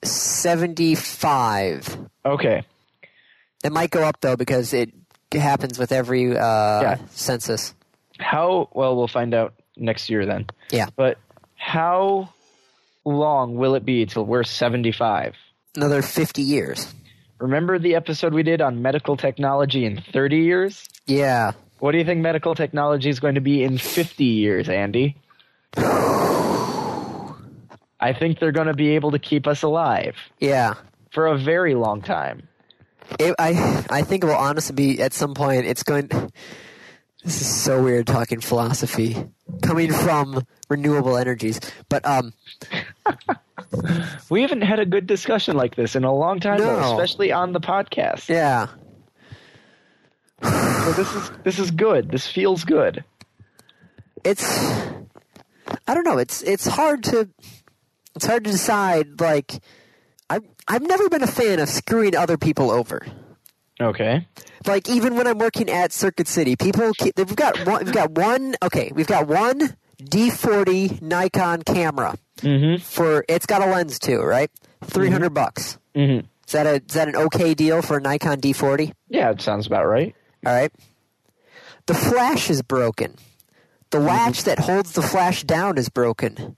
Speaker 1: 75.
Speaker 2: Okay.
Speaker 1: It might go up though because it happens with every uh,
Speaker 2: Yeah.
Speaker 1: census.
Speaker 2: How well we'll find out next year then.
Speaker 1: Yeah.
Speaker 2: But how long will it be till we're 75?
Speaker 1: Another 50 years.
Speaker 2: Remember the episode we did on medical technology in 30 years?
Speaker 1: Yeah.
Speaker 2: What do you think medical technology is going to be in 50 years, Andy? I think they're going to be able to keep us alive
Speaker 1: Yeah.
Speaker 2: for a very long time.
Speaker 1: It, I I think it will honestly be at some point. It's going. This is so weird talking philosophy coming from renewable energies, but um,
Speaker 2: We haven't had a good discussion like this in a long time, though,
Speaker 1: No.
Speaker 2: especially on the podcast.
Speaker 1: yeah,
Speaker 2: So this is this is good. This feels good.
Speaker 1: it's I don't know. It's it's hard to it's hard to decide. Like I I've never been a fan of screwing other people over.
Speaker 2: Okay.
Speaker 1: Like even when I'm working at Circuit City, people keep, we've got one, we've got one okay we've got one D40 Nikon camera
Speaker 2: Mm-hmm.
Speaker 1: for it's got a lens too, right? Three bucks.
Speaker 2: Mm-hmm.
Speaker 1: Is that a is that an okay deal for a Nikon D40?
Speaker 2: Yeah, it sounds about right.
Speaker 1: All right. The flash is broken. The latch that holds the flash down is broken.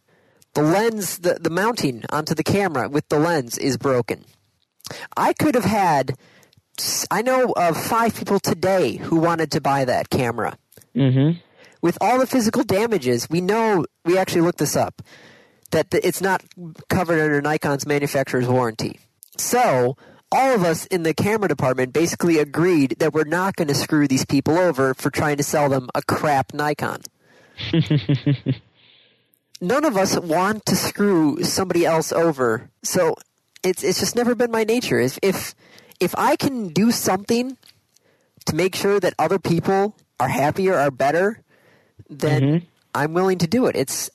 Speaker 1: The lens, the, the mounting onto the camera with the lens is broken. I could have had, s- I know of five people today who wanted to buy that camera.
Speaker 2: Mm-hmm.
Speaker 1: With all the physical damages, we know, we actually looked this up. that th- it's not covered under Nikon's manufacturer's warranty. So all of us in the camera department basically agreed that we're not going to screw these people over for trying to sell them a crap Nikon. None of us want to screw somebody else over, so it's it's just never been my nature. If if if I can do something to make sure that other people are happier, are better, then I'm willing to do it. It's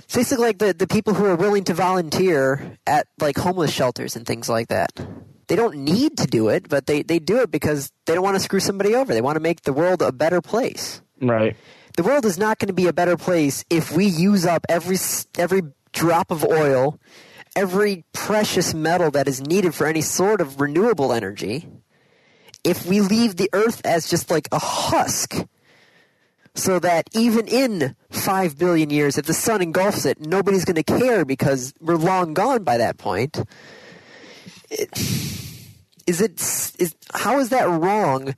Speaker 1: it's basically like the, the people who are willing to volunteer at like homeless shelters and things like that. They don't need to do it, but they, they do it because they don't want to screw somebody over. They want to make the world a better place.
Speaker 2: Right.
Speaker 1: The world is not going to be a better place if we use up every s- every drop of oil, every precious metal that is needed for any sort of renewable energy, if we leave the earth as just like a husk so that even in 5 billion years, if the sun engulfs it, nobody's going to care because we're long gone by that point. It, is it is how is that wrong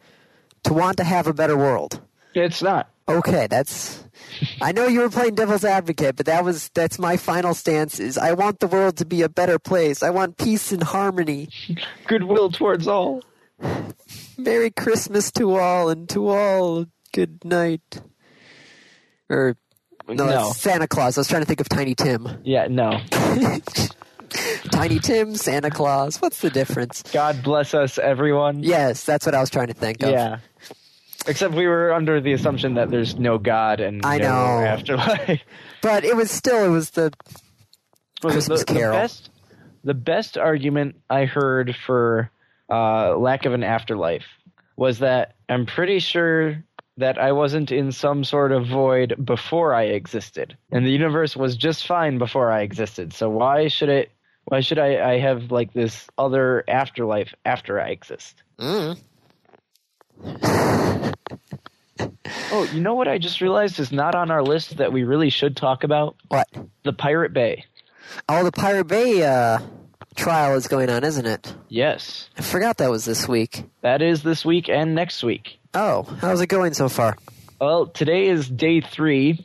Speaker 1: to want to have a better world?
Speaker 2: It's not.
Speaker 1: Okay, that's I know you were playing devil's advocate, but that was that's my final stance is I want the world to be a better place. I want peace and harmony.
Speaker 2: Goodwill towards all.
Speaker 1: Merry Christmas to all and to all good night. Or No,
Speaker 2: No.
Speaker 1: that's Santa Claus. I was trying to think of Tiny Tim. (laughs)
Speaker 2: Yeah, no.
Speaker 1: Tiny Tim, Santa Claus. What's the difference?
Speaker 2: God bless us, everyone.
Speaker 1: Yes, that's what I was trying to think of.
Speaker 2: Yeah. Except we were under the assumption that there's no God and
Speaker 1: I
Speaker 2: no
Speaker 1: know.
Speaker 2: afterlife. (laughs)
Speaker 1: But it was still it was the
Speaker 2: Well,
Speaker 1: Christmas Carol.
Speaker 2: The best, the best argument I heard for uh, lack of an afterlife was that I'm pretty sure that I wasn't in some sort of void before I existed, and the universe was just fine before I existed. So why should it? Why should I, I have like this other afterlife after I exist?
Speaker 1: mm,
Speaker 2: Oh, you know what I just realized is not on our list that we really should talk about?
Speaker 1: what?
Speaker 2: The Pirate Bay.
Speaker 1: Oh the Pirate Bay uh, trial is going on, isn't it?
Speaker 2: Yes.
Speaker 1: I forgot that was this week.
Speaker 2: That is this week and next week.
Speaker 1: Oh, how's it going so
Speaker 2: (laughs)
Speaker 1: far?
Speaker 2: Well, today is day three.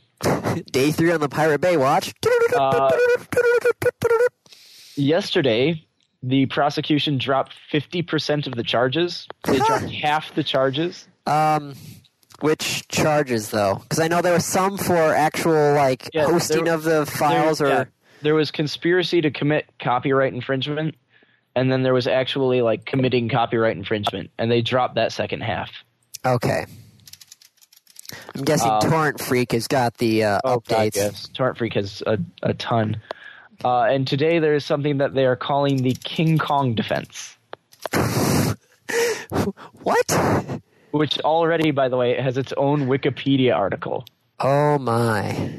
Speaker 1: Day three on the Pirate Bay watch.
Speaker 2: Uh, Yesterday, the prosecution dropped 50% of the charges. They dropped half the charges.
Speaker 1: um, which charges though? Because I know there were some for actual like
Speaker 2: Yeah,
Speaker 1: hosting
Speaker 2: there-
Speaker 1: of the files
Speaker 2: There-
Speaker 1: or
Speaker 2: yeah. there was conspiracy to commit copyright infringement, and then there was actually like committing copyright infringement, and they dropped that second half.
Speaker 1: okay. I'm guessing
Speaker 2: Um,
Speaker 1: Torrent Freak has got the uh,
Speaker 2: Oh, God,
Speaker 1: updates.
Speaker 2: yes. Torrent Freak has a, a ton. Uh, and today there is something that they are calling the King Kong defense,
Speaker 1: What?
Speaker 2: which already, by the way, has its own Wikipedia article.
Speaker 1: Oh my!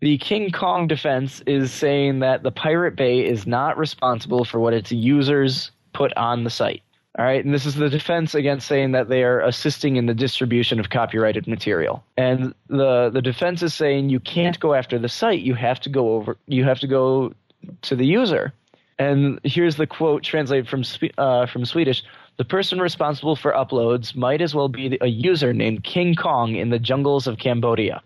Speaker 2: The King Kong defense is saying that the Pirate Bay is not responsible for what its users put on the site. All right, and this is the defense against saying that they are assisting in the distribution of copyrighted material. And the the defense is saying you can't go after the site, you have to go over you have to go to the user. And here's the quote translated from Swe- uh, from Swedish. The person responsible for uploads might as well be a user named King Kong in the jungles of Cambodia.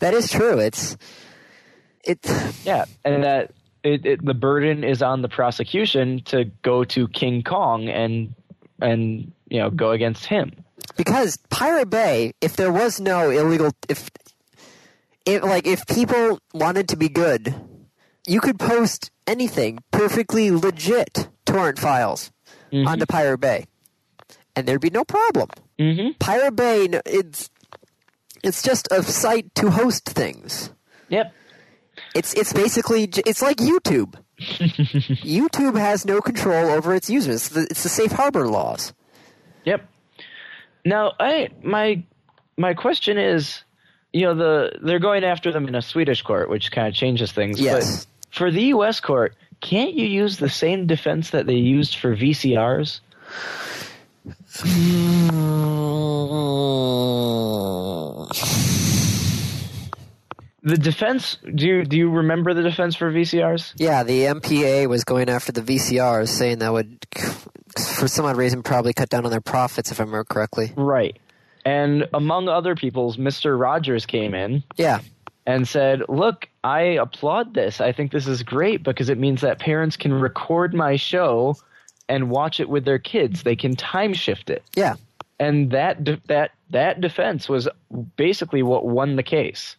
Speaker 1: That is true. It's it's
Speaker 2: Yeah, and that it, it, the burden is on the prosecution to go to King Kong and and you know go against him.
Speaker 1: because Pirate Bay, if there was no illegal, if, if like if people wanted to be good, you could post anything perfectly legit torrent files onto Pirate Bay, and there'd be no problem.
Speaker 2: Mm-hmm.
Speaker 1: Pirate Bay, n- it's it's just a site to host things.
Speaker 2: Yep.
Speaker 1: It's it's basically j- it's like YouTube. YouTube has no control over its users. It's the, it's the safe harbor laws.
Speaker 2: Yep. Now, I my my question is, you know, the they're going after them in a Swedish court, which kind of changes things.
Speaker 1: Yes.
Speaker 2: But for the U.S. court, can't you use the same defense that they used for VCRs? The defense. Do you do you remember the defense for VCRs?
Speaker 1: Yeah, the MPA was going after the VCRs, saying that would, for some odd reason, probably cut down on their profits, if I remember correctly.
Speaker 2: Right. And among other people's, Mr. Rogers came in
Speaker 1: Yeah.
Speaker 2: and said, Look, I applaud this. I think this is great because it means that parents can record my show and watch it with their kids. They can time shift it.
Speaker 1: Yeah.
Speaker 2: And that, de- that, that defense was basically what won the case.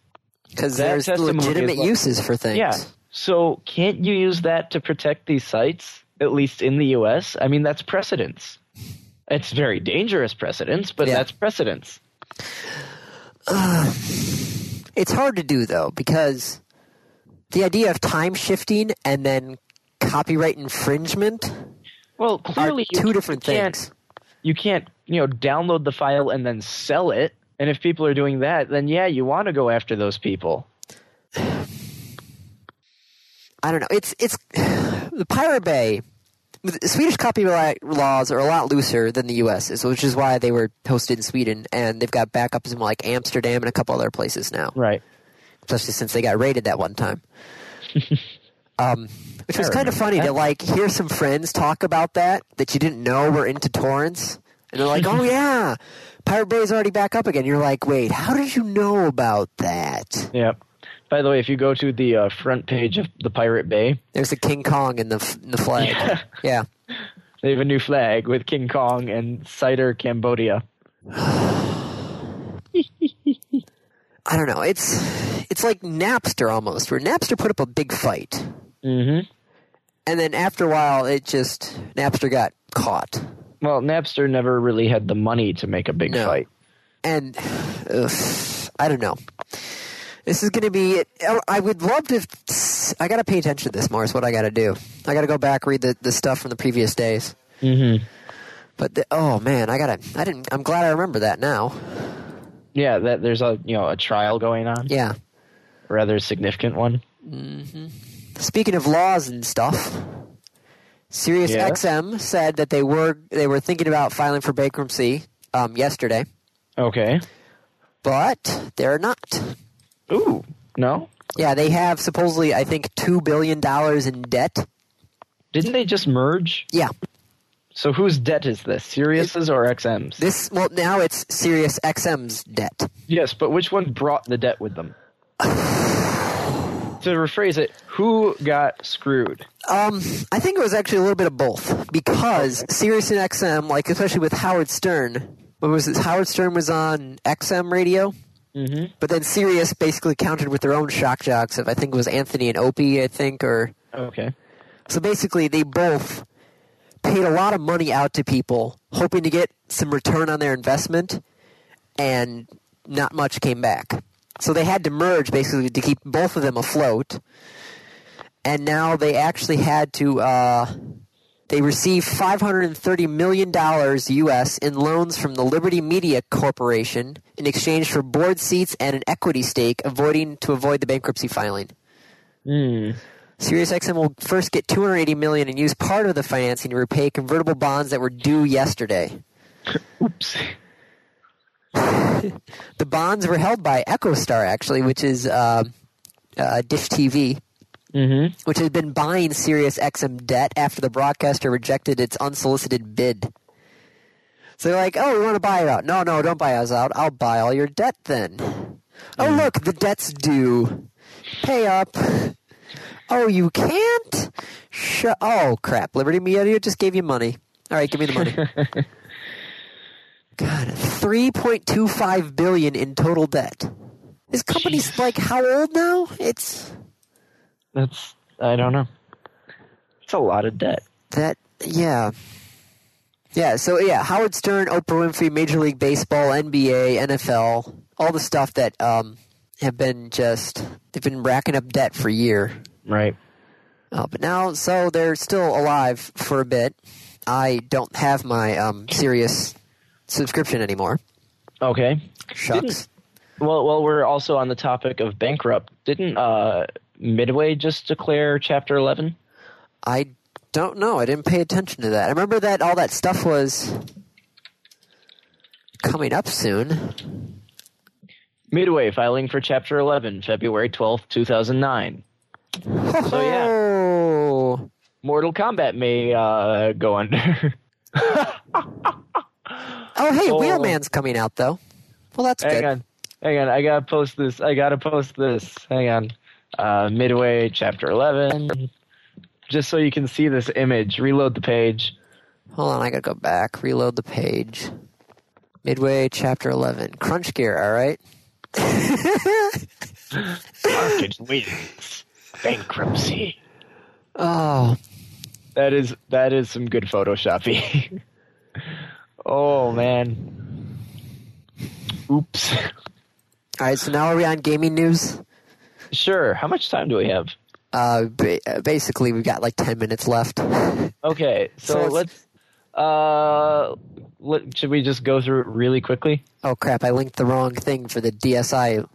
Speaker 1: Because
Speaker 2: That
Speaker 1: there's
Speaker 2: testimony is
Speaker 1: legitimate
Speaker 2: like-
Speaker 1: uses for things.
Speaker 2: Yeah. So can't you use that to protect these sites, at least in the US? I mean, that's precedence. It's very dangerous precedence, but
Speaker 1: Yeah.
Speaker 2: that's precedence.
Speaker 1: It's hard to do though because the idea of time shifting and then copyright infringement
Speaker 2: Well,
Speaker 1: are
Speaker 2: clearly you,
Speaker 1: two different
Speaker 2: you can't-
Speaker 1: things.
Speaker 2: You can't, you know, download the file and then sell it. And if people are doing that, then yeah, you want to go after those people.
Speaker 1: I don't know. It's it's (sighs) the Pirate Bay. the Swedish copyright laws are a lot looser than the U.S. is, which is why they were hosted in Sweden, and they've got backups in like Amsterdam and a couple other places now.
Speaker 2: Right.
Speaker 1: especially since they got raided that one time. um, which was
Speaker 2: I
Speaker 1: kind of funny to like hear some friends talk about that that you didn't know were into torrents, and they're like, "Oh yeah, Pirate Bay is already back up again." You're like, "Wait, how did you know about that?"
Speaker 2: Yeah. By the way, if you go to the uh, front page of the Pirate Bay,
Speaker 1: There's a King Kong in the f- in the flag. Yeah.
Speaker 2: they have a new flag with King Kong and Cider Cambodia.
Speaker 1: I don't know. It's it's like Napster almost, where Napster put up a big fight,
Speaker 2: Mm-hmm.
Speaker 1: and then after a while, it just Napster got caught.
Speaker 2: Well, Napster never really had the money to make a big
Speaker 1: No.
Speaker 2: fight.
Speaker 1: and ugh, I don't know. This is going to be. oh, I would love to. I got to pay attention to this more. Is what I got to do. I got to go back read the, the stuff from the previous days.
Speaker 2: Mm-hmm.
Speaker 1: But the, oh man, I got to. I didn't. I'm glad I remember that now.
Speaker 2: Yeah, that there's a you know a trial going on,
Speaker 1: Yeah.
Speaker 2: rather significant one.
Speaker 1: Speaking of laws and stuff, SiriusXM said that they were they were thinking about filing for bankruptcy um, yesterday,
Speaker 2: Okay.
Speaker 1: but they're not.
Speaker 2: Ooh. No.
Speaker 1: Yeah, they have supposedly I think two billion dollars in debt.
Speaker 2: Didn't they just merge?
Speaker 1: Yeah,
Speaker 2: So whose debt is this? Sirius's or XM's?
Speaker 1: This well now it's Sirius XM's debt.
Speaker 2: yes, but which one brought the debt with them? to rephrase it, who got screwed?
Speaker 1: Um, I think it was actually a little bit of both because Sirius and XM, like especially with Howard Stern, when was it? Howard Stern was on XM radio,
Speaker 2: Mm-hmm.
Speaker 1: but then Sirius basically countered with their own shock jocks of I think it was Anthony and Opie, I think, or
Speaker 2: Okay.
Speaker 1: so basically they both paid a lot of money out to people hoping to get some return on their investment, and not much came back. So they had to merge basically to keep both of them afloat. and now they actually had to uh, they received 530 million dollars US in loans from the Liberty Media Corporation in exchange for board seats and an equity stake avoiding to avoid the bankruptcy filing.
Speaker 2: Mm.
Speaker 1: SiriusXM will first get 280 million and use part of the financing to repay convertible bonds that were due yesterday.
Speaker 2: Oops.
Speaker 1: The bonds were held by EchoStar actually, which is uh, uh, Dish TV.
Speaker 2: Mm-hmm.
Speaker 1: which has been buying SiriusXM debt after the broadcaster rejected its unsolicited bid. So they're like, "Oh, we want to buy it out. No, no, don't buy us out. I'll buy all your debt then. Oh, look, the debt's due. Pay up. Oh, you can't. Sh- oh crap! Liberty Media just gave you money. All right, give me the money. God, three point two five billion in total debt. This company's like how old now? It's
Speaker 2: That's I don't know. It's a lot of debt.
Speaker 1: That yeah. Yeah, so yeah, Howard Stern, Oprah Winfrey, Major League Baseball, NBA, NFL, all the stuff that um have been just they've been racking up debt for a year.
Speaker 2: Right.
Speaker 1: Uh, but now so they're still alive for a bit. I don't have my um serious subscription anymore.
Speaker 2: Okay.
Speaker 1: Shucks.
Speaker 2: Well, well, we're also on the topic of bankrupt. Didn't uh, Midway just declare Chapter Eleven?
Speaker 1: I don't know. I didn't pay attention to that. I remember that all that stuff was coming up soon.
Speaker 2: Midway filing for Chapter Eleven, February twelfth, two thousand nine. So yeah,
Speaker 1: Oh.
Speaker 2: Mortal Kombat may uh, go under. (laughs)
Speaker 1: Oh, hey,
Speaker 2: Oh.
Speaker 1: Oh, Wheelman's coming out though. Well, that's
Speaker 2: Hang
Speaker 1: good.
Speaker 2: on. Hang on. I gotta post this. I gotta post this. Hang on. Uh, midway, chapter 11. Just so you can see this image. Reload the page.
Speaker 1: Hold on, I gotta go back, reload the page. Midway, chapter 11. Crunch gear, alright?
Speaker 2: Market wins. Bankruptcy.
Speaker 1: Oh,
Speaker 2: That is that is some good photoshopping. (laughs) oh man. Oops.
Speaker 1: alright, so now are we on gaming news?
Speaker 2: sure. How much time do we have?
Speaker 1: Uh, ba- uh, basically, we've got like 10 minutes left. Oh,
Speaker 2: Okay.
Speaker 1: So
Speaker 2: So,
Speaker 1: it's-
Speaker 2: let's. Uh, let, should we just go through it really quickly?
Speaker 1: Oh crap, I linked the wrong thing for the DSI.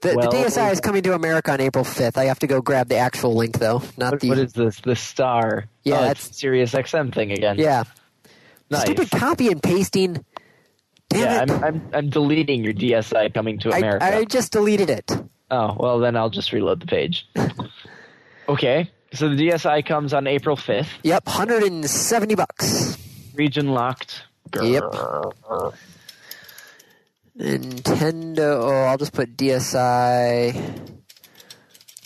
Speaker 1: The,
Speaker 2: Well-
Speaker 1: the DSI is coming to America on April 5th. I have to go grab the actual link, though, not
Speaker 2: What,
Speaker 1: the.
Speaker 2: what is this? The star.
Speaker 1: Yeah,
Speaker 2: oh,
Speaker 1: that's-
Speaker 2: it's Sirius XM thing again.
Speaker 1: yeah.
Speaker 2: Nice.
Speaker 1: Stupid copy and pasting. Damn
Speaker 2: Yeah,
Speaker 1: it.
Speaker 2: I'm, I'm I'm deleting your DSI coming to
Speaker 1: I,
Speaker 2: America.
Speaker 1: I just deleted it.
Speaker 2: Oh, well, then I'll just reload
Speaker 1: (laughs)
Speaker 2: the page. okay, so the DSI comes on April 5th.
Speaker 1: Yep, 170 bucks.
Speaker 2: Region locked.
Speaker 1: Yep. Nintendo. Oh, I'll just put DSI.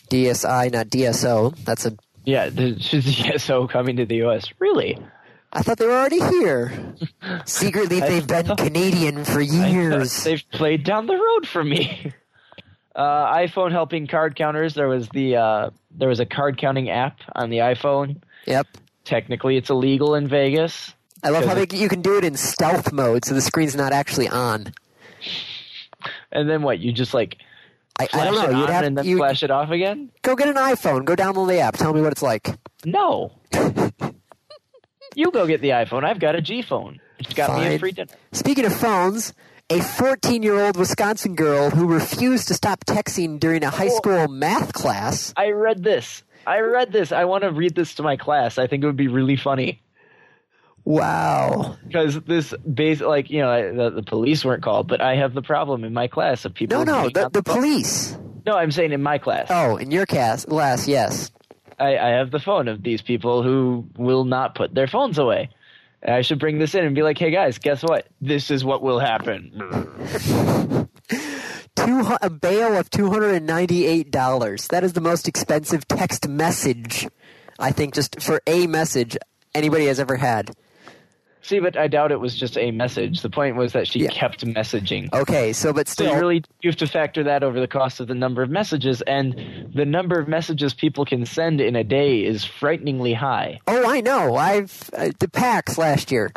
Speaker 1: DSI, not DSO. That's a.
Speaker 2: Yeah, the (laughs) DSO coming to the US. Really?
Speaker 1: I thought they were already
Speaker 2: (laughs)
Speaker 1: here. Secretly,
Speaker 2: I
Speaker 1: they've been
Speaker 2: thought-
Speaker 1: Canadian for
Speaker 2: I thought
Speaker 1: years.
Speaker 2: They've played down the road from me. (laughs) Uh, iPhone helping card counters. There was the uh, there was a card counting app on the iPhone.
Speaker 1: Yep.
Speaker 2: Technically, it's illegal in Vegas.
Speaker 1: I love how
Speaker 2: Because
Speaker 1: they, you can do it in stealth mode, so the screen's not actually on.
Speaker 2: And then what? You just like
Speaker 1: I, I
Speaker 2: flash
Speaker 1: don't
Speaker 2: it
Speaker 1: know.
Speaker 2: on
Speaker 1: You'd have
Speaker 2: and then
Speaker 1: you
Speaker 2: flash it off again?
Speaker 1: go get an iPhone. Go download the app. Tell me what it's like. (laughs)
Speaker 2: No. you go get the iPhone. I've got a G phone. It's got me
Speaker 1: Fine.
Speaker 2: a free dinner.
Speaker 1: Speaking of phones, a 14-year-old Wisconsin girl who refused to stop texting during a high school math class
Speaker 2: I read this. I read this. I want to read this to my class. I think it would be really funny
Speaker 1: Wow.
Speaker 2: because this base, like you know, I, the, the police weren't called, but I have the problem in my class of people.
Speaker 1: No, no,
Speaker 2: being
Speaker 1: the,
Speaker 2: on
Speaker 1: the
Speaker 2: phone.
Speaker 1: police.
Speaker 2: No, I'm saying in my class,
Speaker 1: Oh, in your cast, last, yes.
Speaker 2: I, I have the phone of these people who will not put their phones away. And I should bring this in and be like, hey guys, guess what? This is what will happen.
Speaker 1: Two, hu- a bail of $298. That is the most expensive text message, I think, just for a message anybody has ever had.
Speaker 2: See, but I doubt it was just a message. The point was that she
Speaker 1: Yeah.
Speaker 2: kept messaging.
Speaker 1: Okay, so, but
Speaker 2: So you
Speaker 1: still,
Speaker 2: really you have to factor that over the cost of the number of messages, and the number of messages people can send in a day is frighteningly high.
Speaker 1: oh, I know. I've, uh, the PAX last year,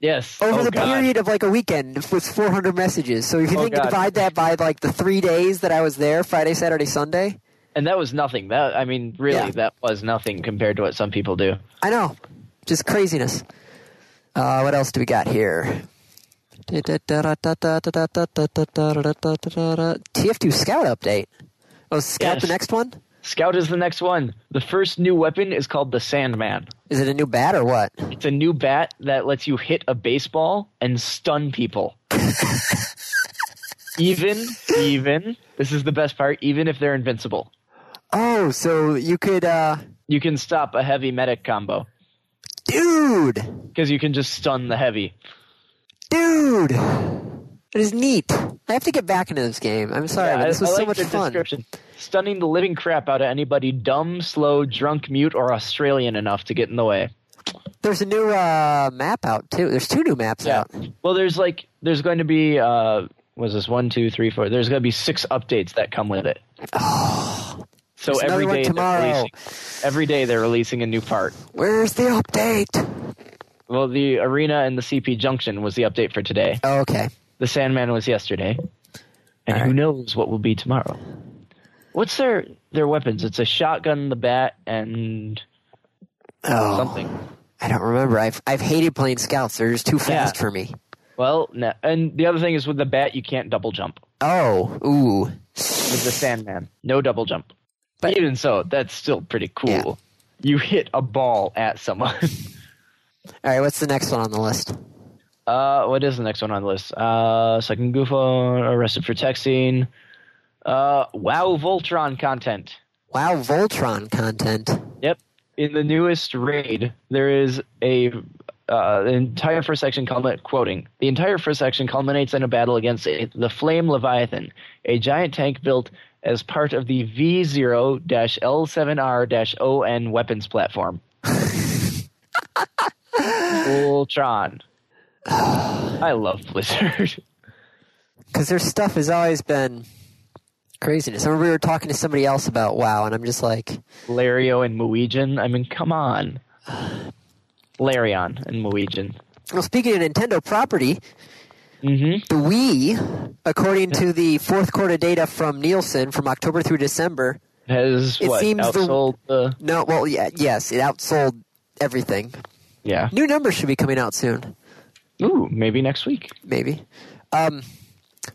Speaker 2: Yes.
Speaker 1: over
Speaker 2: oh,
Speaker 1: the
Speaker 2: God.
Speaker 1: period of like a weekend, it was 400 messages. So if you
Speaker 2: Oh,
Speaker 1: think you
Speaker 2: God.
Speaker 1: divide that by like the three days that I was there Friday, Saturday, Sunday
Speaker 2: and that was nothing. That I mean, really,
Speaker 1: Yeah.
Speaker 2: that was nothing compared to what some people do.
Speaker 1: I know. Just craziness. Uh, what else do we got here? TF2 scout update. Oh, scout
Speaker 2: Yes.
Speaker 1: the next one?
Speaker 2: Scout is the next one. The first new weapon is called the Sandman.
Speaker 1: Is it a new bat or what?
Speaker 2: It's a new bat that lets you hit a baseball and stun
Speaker 1: (laughs)
Speaker 2: people. even, even this is the best part. Even if they're invincible,
Speaker 1: Oh, so you could, uh,
Speaker 2: you can stop a heavy medic combo.
Speaker 1: dude,
Speaker 2: because you can just stun the heavy.
Speaker 1: dude. It is neat. I have to get back into this game. I'm sorry, but this was so much fun.
Speaker 2: Stunning the living crap out of anybody dumb, slow, drunk, mute, or Australian enough to get in the way.
Speaker 1: There's a new uh, map out too. There's two new maps out.
Speaker 2: Well, there's like there's going to be uh was this one, two, three, four. There's going to be six updates that come with it. so
Speaker 1: Oh, There's
Speaker 2: every
Speaker 1: another one
Speaker 2: day they're
Speaker 1: tomorrow.
Speaker 2: releasing- every day they're releasing a new part.
Speaker 1: Where's the update?
Speaker 2: Well, the arena and the CP Junction was the update for today.
Speaker 1: Oh, okay.
Speaker 2: The Sandman was yesterday, and who
Speaker 1: Alright.
Speaker 2: knows what will be tomorrow. What's their their weapons? It's a shotgun, the bat, and
Speaker 1: Oh.
Speaker 2: something.
Speaker 1: I don't remember. I've I've hated playing scouts. They're just too fast
Speaker 2: Yeah.
Speaker 1: for me.
Speaker 2: Well, no, and the other thing is with the bat, you can't double jump.
Speaker 1: Oh, ooh.
Speaker 2: With the Sandman, no double jump.
Speaker 1: But-
Speaker 2: But even so, that's still pretty cool.
Speaker 1: Yeah.
Speaker 2: You hit a ball at someone. (laughs)
Speaker 1: All right, what's the next one on the list?
Speaker 2: uh, what is the next one on the list? Uh, second Goofo arrested for texting. Uh, wow, Voltron content.
Speaker 1: Wow, Voltron content.
Speaker 2: Yep. In the newest raid, there is a uh, the entire first section culmin- quoting the entire first section culminates in a battle against a, the flame leviathan a giant tank built as part of the v0-l7r-on
Speaker 1: (laughs)
Speaker 2: weapons platform ultron i love blizzard
Speaker 1: because their stuff has always been craziness. I remember we were talking to somebody else about WoW, and I'm just like,
Speaker 2: lario and muigen i mean come on larion and muigen
Speaker 1: well, speaking of Nintendo property,
Speaker 2: hmm
Speaker 1: the Wii, according to the fourth quarter data from Nielsen from October through December,
Speaker 2: has
Speaker 1: It
Speaker 2: what
Speaker 1: seems the-
Speaker 2: outsold the,
Speaker 1: no, well, yeah, yes, it outsold everything.
Speaker 2: yeah
Speaker 1: New numbers should be coming out soon,
Speaker 2: ooh maybe next week
Speaker 1: maybe. Um,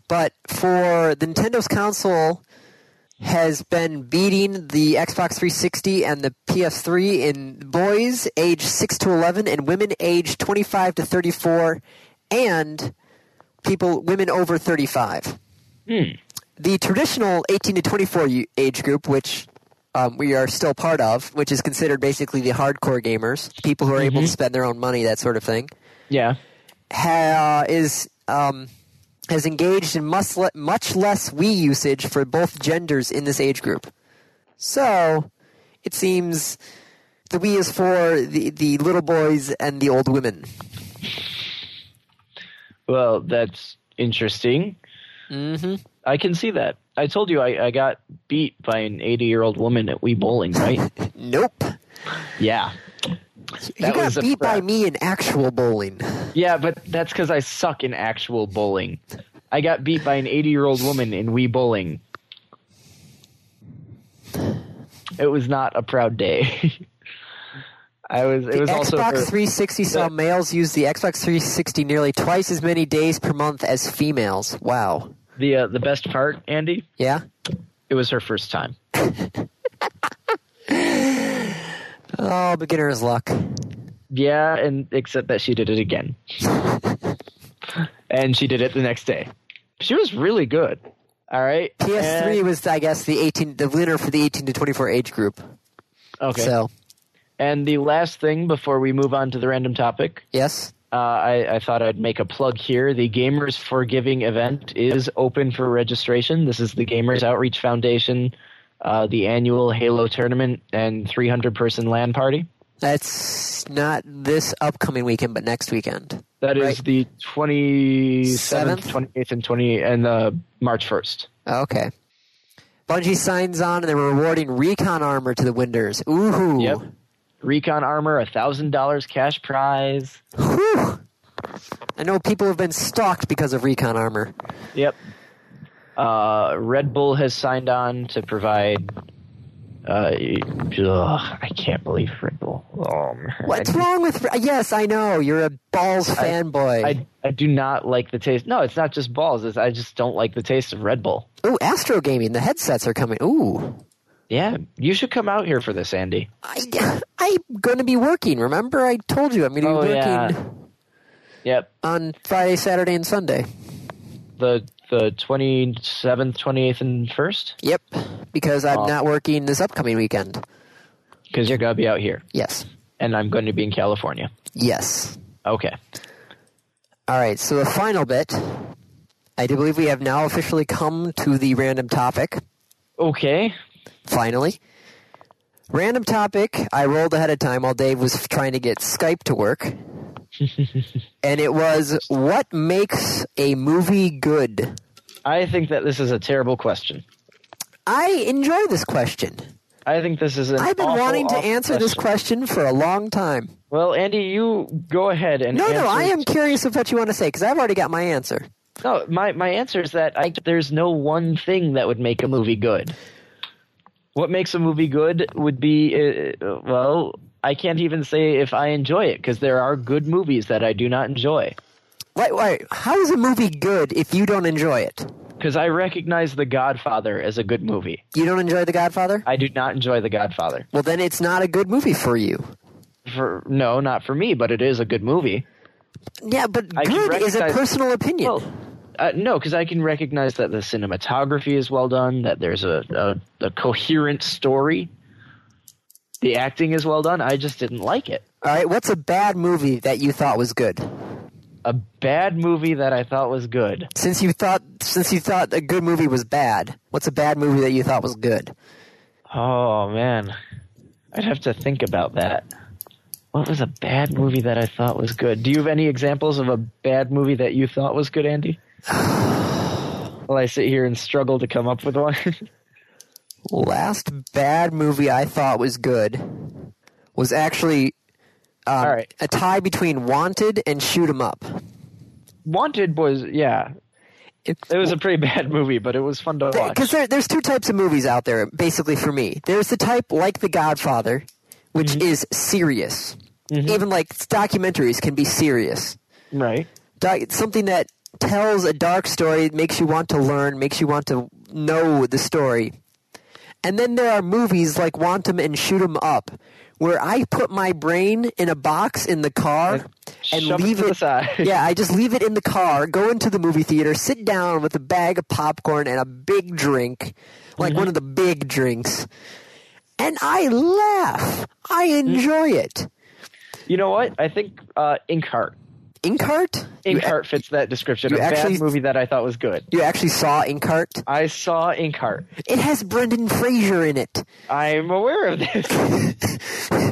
Speaker 1: but for the Nintendo's console, has been beating the Xbox 360 and the PS3 in boys age 6 to 11 and women age 25 to 34 and people women over 35.
Speaker 2: hmm
Speaker 1: The traditional 18 to 24 y- age group which um, we are still part of, which is considered basically the hardcore gamers, people who are able to spend their own money, that sort of thing
Speaker 2: yeah
Speaker 1: ha, is um, has engaged in much, le- much less Wii usage for both genders in this age group. So it seems the Wii is for the, the little boys and the old women.
Speaker 2: Well, that's interesting.
Speaker 1: Mm-hmm.
Speaker 2: I can see that. I told you I, I got beat by an 80 year old woman at Wii Bowling, right?
Speaker 1: Nope.
Speaker 2: yeah.
Speaker 1: you
Speaker 2: That
Speaker 1: got
Speaker 2: was a
Speaker 1: beat by
Speaker 2: prep.
Speaker 1: me in actual bowling.
Speaker 2: Yeah, but that's because I suck in actual bowling. I got beat by an 80 year old woman in Wii Bowling. It was not a proud day. (laughs) I was. It
Speaker 1: The
Speaker 2: was also.
Speaker 1: Xbox
Speaker 2: for-
Speaker 1: 360 saw
Speaker 2: Yeah.
Speaker 1: males use the Xbox 360 nearly twice as many days per month as females. Wow.
Speaker 2: the uh, the best part, Andy.
Speaker 1: Yeah?
Speaker 2: It was her first time.
Speaker 1: Oh, beginner's luck.
Speaker 2: Yeah, and except that she did
Speaker 1: (laughs)
Speaker 2: it again. and she did it the next day. She was really good. All right.
Speaker 1: PS3
Speaker 2: And-
Speaker 1: was, I guess, the 18, the winner for the 18 to 24 age group.
Speaker 2: okay.
Speaker 1: So,
Speaker 2: And the last thing before we move on to the random topic,
Speaker 1: yes.
Speaker 2: uh, I, I thought I'd make a plug here. The Gamers for Giving event is open for registration. This is the Gamers Outreach Foundation, uh, the annual Halo tournament and 300 person LAN party.
Speaker 1: That's not this upcoming weekend, but next weekend.
Speaker 2: That is
Speaker 1: Right.
Speaker 2: the 27th,
Speaker 1: Seventh?
Speaker 2: 28th, and 20 and uh, March 1st.
Speaker 1: Okay. Bungie signs on and they're rewarding recon armor to the winners. Ooh.
Speaker 2: Yep. Recon armor, a thousand dollars cash prize.
Speaker 1: Whew. I know people have been stalked because of recon armor.
Speaker 2: Yep. Uh, Red Bull has signed on to provide. Uh, ugh, I can't believe Red Bull. Oh, man.
Speaker 1: What's wrong with. Yes, I know. You're a balls fanboy.
Speaker 2: I I do not like the taste. No, it's not just balls. It's, I just don't like the taste of Red Bull.
Speaker 1: Ooh, Astro Gaming. The headsets are coming. Ooh.
Speaker 2: Yeah, you should come out here for this, Andy.
Speaker 1: I, (laughs) I'm going to be working. Remember, I told you I'm going to
Speaker 2: Oh,
Speaker 1: be working.
Speaker 2: yeah. Yep.
Speaker 1: on Friday, Saturday, and Sunday.
Speaker 2: The the twenty seventh, twenty eighth, and first.
Speaker 1: Yep, because I'm
Speaker 2: Oh.
Speaker 1: not working this upcoming weekend.
Speaker 2: Because you're gonna be out here,
Speaker 1: Yes,
Speaker 2: and I'm going to be in California.
Speaker 1: yes.
Speaker 2: Okay.
Speaker 1: All right. So the final bit. I do believe we have now officially come to the random topic.
Speaker 2: Okay.
Speaker 1: Finally, random topic. I rolled ahead of time while Dave was trying to get Skype to
Speaker 2: (laughs)
Speaker 1: work, and it was what makes a movie good.
Speaker 2: I think that this is a terrible question.
Speaker 1: I enjoy this question.
Speaker 2: I think this is an.
Speaker 1: I've been
Speaker 2: awful,
Speaker 1: wanting to
Speaker 2: awful
Speaker 1: answer this
Speaker 2: question.
Speaker 1: question for a long time.
Speaker 2: Well, Andy, you go ahead and.
Speaker 1: No, no,
Speaker 2: answer-
Speaker 1: I am curious of what you want to say because I've already got my answer.
Speaker 2: No, my my answer is that I, there's no one thing that would make a movie good. What makes a movie good would be uh, well, I can't even say if I enjoy it because there are good movies that I do not enjoy.
Speaker 1: Wait, wait, how is a movie good if you don't enjoy it?
Speaker 2: Because I recognize The Godfather as a good movie.
Speaker 1: You don't enjoy The Godfather?
Speaker 2: I do not enjoy The Godfather.
Speaker 1: Well, then it's not a good movie for you.
Speaker 2: For no, not for me, but it is a good movie.
Speaker 1: Yeah, but
Speaker 2: I can
Speaker 1: good is a
Speaker 2: recognize-
Speaker 1: personal opinion.
Speaker 2: Well, uh, no, because I can recognize that the cinematography is well done, that there's a, a, a coherent story, the acting is well done. I just didn't like it.
Speaker 1: All right, what's a bad movie that you thought was good?
Speaker 2: A bad movie that I thought was good.
Speaker 1: Since you thought since you thought a good movie was bad, what's a bad movie that you thought was good?
Speaker 2: Oh man, I'd have to think about that. What was a bad movie that I thought was good? Do you have any examples of a bad movie that you thought was good, Andy? While I sit here and struggle to come up with one. (laughs)
Speaker 1: Last bad movie I thought was good was actually um,
Speaker 2: All right.
Speaker 1: a tie between Wanted and Shoot 'Em Up.
Speaker 2: Wanted was yeah.
Speaker 1: It-
Speaker 2: It was a pretty bad (laughs) movie, but it was fun to watch.
Speaker 1: because there, there's two types of movies out there basically for me there's the type like the godfather which
Speaker 2: Mm-hmm.
Speaker 1: is serious even like documentaries can be serious
Speaker 2: Right.
Speaker 1: Doc, it's something that tells a dark story makes you want to learn makes you want to know the story and then there are movies like Wantum and Shoot 'em Up, where I put my brain in a box in the car and
Speaker 2: shove it
Speaker 1: leave
Speaker 2: to
Speaker 1: it.
Speaker 2: the side.
Speaker 1: yeah, I just leave it in the car, go into the movie theater, sit down with a bag of popcorn and a big drink, like
Speaker 2: Mm-hmm.
Speaker 1: one of the big drinks, and I laugh. I
Speaker 2: Mm.
Speaker 1: enjoy it.
Speaker 2: (laughs) You know what? I think uh, Inkheart.
Speaker 1: Inkheart? You, ac-
Speaker 2: Inkheart fits that description.
Speaker 1: you
Speaker 2: A bad
Speaker 1: actually-
Speaker 2: movie that I thought was good.
Speaker 1: you actually saw Inkheart?
Speaker 2: I saw Inkheart.
Speaker 1: It has Brendan Fraser in it.
Speaker 2: I'm aware of this. (laughs)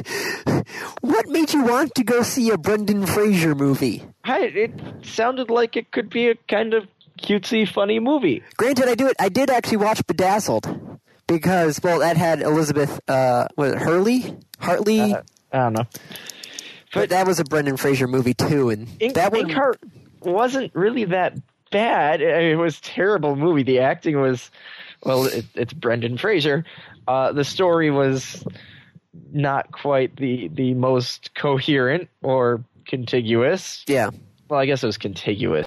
Speaker 1: What made you want to go see a Brendan Fraser movie?
Speaker 2: I, it sounded like it could be a kind of cutesy, funny movie.
Speaker 1: Granted, I do it. I did actually watch Bedazzled because well, that had Elizabeth uh, was it Hurley Hartley.
Speaker 2: Uh, I don't know.
Speaker 1: but that was a Brendan Fraser movie too, and
Speaker 2: Ink,
Speaker 1: that one.
Speaker 2: Inkheart wasn't really that bad. I mean, it was a terrible movie. The acting was, well, it, it's Brendan Fraser. Uh, the story was not quite the the most coherent or contiguous.
Speaker 1: yeah.
Speaker 2: Well, I guess it was contiguous.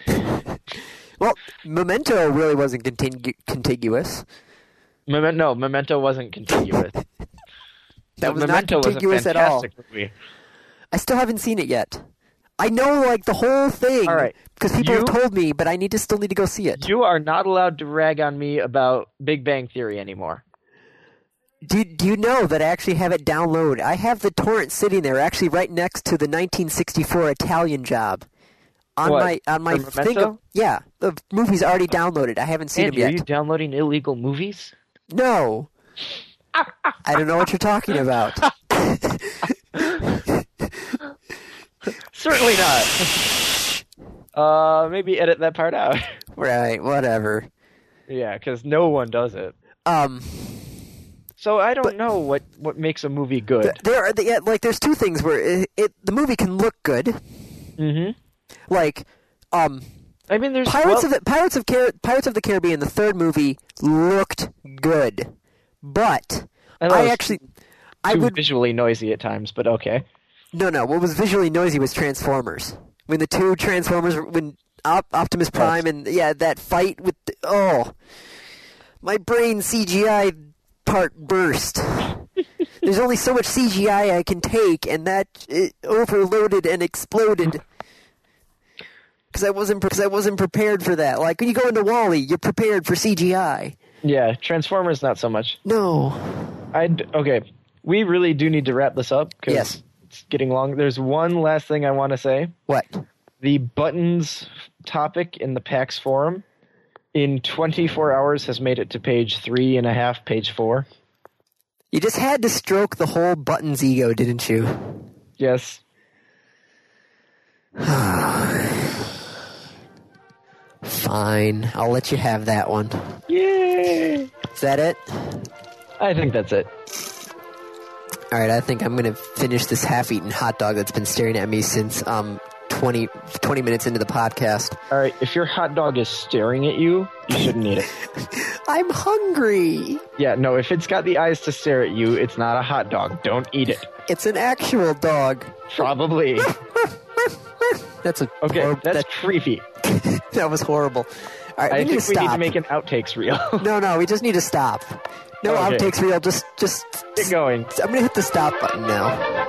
Speaker 1: Well, Memento really wasn't contigu- contiguous.
Speaker 2: Memento, no, Memento wasn't contiguous.
Speaker 1: That was
Speaker 2: Memento
Speaker 1: not contiguous
Speaker 2: was a
Speaker 1: at all.
Speaker 2: fantastic Movie.
Speaker 1: I still haven't seen it yet. I know like the whole thing.
Speaker 2: All right.
Speaker 1: Because people have
Speaker 2: You-
Speaker 1: told me, but I need to still need to go see it.
Speaker 2: You are not allowed to rag on me about Big Bang Theory anymore.
Speaker 1: Do, do you know that I actually have it downloaded? I have the torrent sitting there, actually right next to the 1964 Italian Job. On
Speaker 2: What,
Speaker 1: my on my
Speaker 2: for
Speaker 1: thing,
Speaker 2: Memento?
Speaker 1: yeah, the movie's already downloaded. I haven't seen
Speaker 2: Andy,
Speaker 1: them
Speaker 2: are you
Speaker 1: yet.
Speaker 2: downloading illegal movies?
Speaker 1: No, I don't know what you're talking
Speaker 2: (laughs)
Speaker 1: about.
Speaker 2: Certainly not. (laughs) uh, maybe edit that part out. (laughs)
Speaker 1: right, whatever.
Speaker 2: yeah, because no one does it.
Speaker 1: Um,
Speaker 2: So I don't know what what makes a movie good.
Speaker 1: th- there are the, yeah, like there's two things where it, it the movie can look good,
Speaker 2: mm-hmm.
Speaker 1: like um
Speaker 2: I mean, there's
Speaker 1: Pirates
Speaker 2: well,
Speaker 1: of the Pirates of Car- Pirates of the Caribbean, the third movie looked good, but
Speaker 2: I
Speaker 1: I,
Speaker 2: thought it was
Speaker 1: actually I
Speaker 2: too
Speaker 1: would
Speaker 2: visually noisy at times, but okay.
Speaker 1: no no what was visually noisy was Transformers when the two Transformers when Op- Optimus Prime and yeah that fight with the, oh my brain CGI part burst. There's only so much CGI I can take, and that it overloaded and exploded. Because I wasn't, because I wasn't prepared for that. Like when you go into Wally, you're prepared for CGI.
Speaker 2: Yeah, Transformers not so much.
Speaker 1: No.
Speaker 2: I okay. We really do need to wrap this up because
Speaker 1: Yes.
Speaker 2: it's getting long. There's one last thing I want to say.
Speaker 1: What?
Speaker 2: The buttons topic in the PAX forum in 24 hours has made it to page three and a half, page four.
Speaker 1: You just had to stroke the whole buttons ego, didn't you?
Speaker 2: Yes.
Speaker 1: Fine. I'll let you have that one.
Speaker 2: Yay!
Speaker 1: Is that it?
Speaker 2: I think that's it.
Speaker 1: All right, I think I'm going to finish this half-eaten hot dog that's been staring at me since um 20, 20 minutes into the podcast.
Speaker 2: All right, if your hot dog is staring at you, you shouldn't eat it.
Speaker 1: I'm hungry.
Speaker 2: (laughs) Yeah, no, if it's got the eyes to stare at you, it's not a hot dog. Don't eat it.
Speaker 1: It's an actual dog.
Speaker 2: (laughs) Probably.
Speaker 1: That's a
Speaker 2: Okay,
Speaker 1: hor-
Speaker 2: that's creepy.
Speaker 1: that, (laughs) that was horrible. All right,
Speaker 2: I
Speaker 1: we need to
Speaker 2: think we need to
Speaker 1: stop.
Speaker 2: make an outtakes reel. (laughs)
Speaker 1: no, no, we just need to stop. No
Speaker 2: Okay.
Speaker 1: outtakes real. Just, just
Speaker 2: Get going.
Speaker 1: I'm gonna hit the stop button now.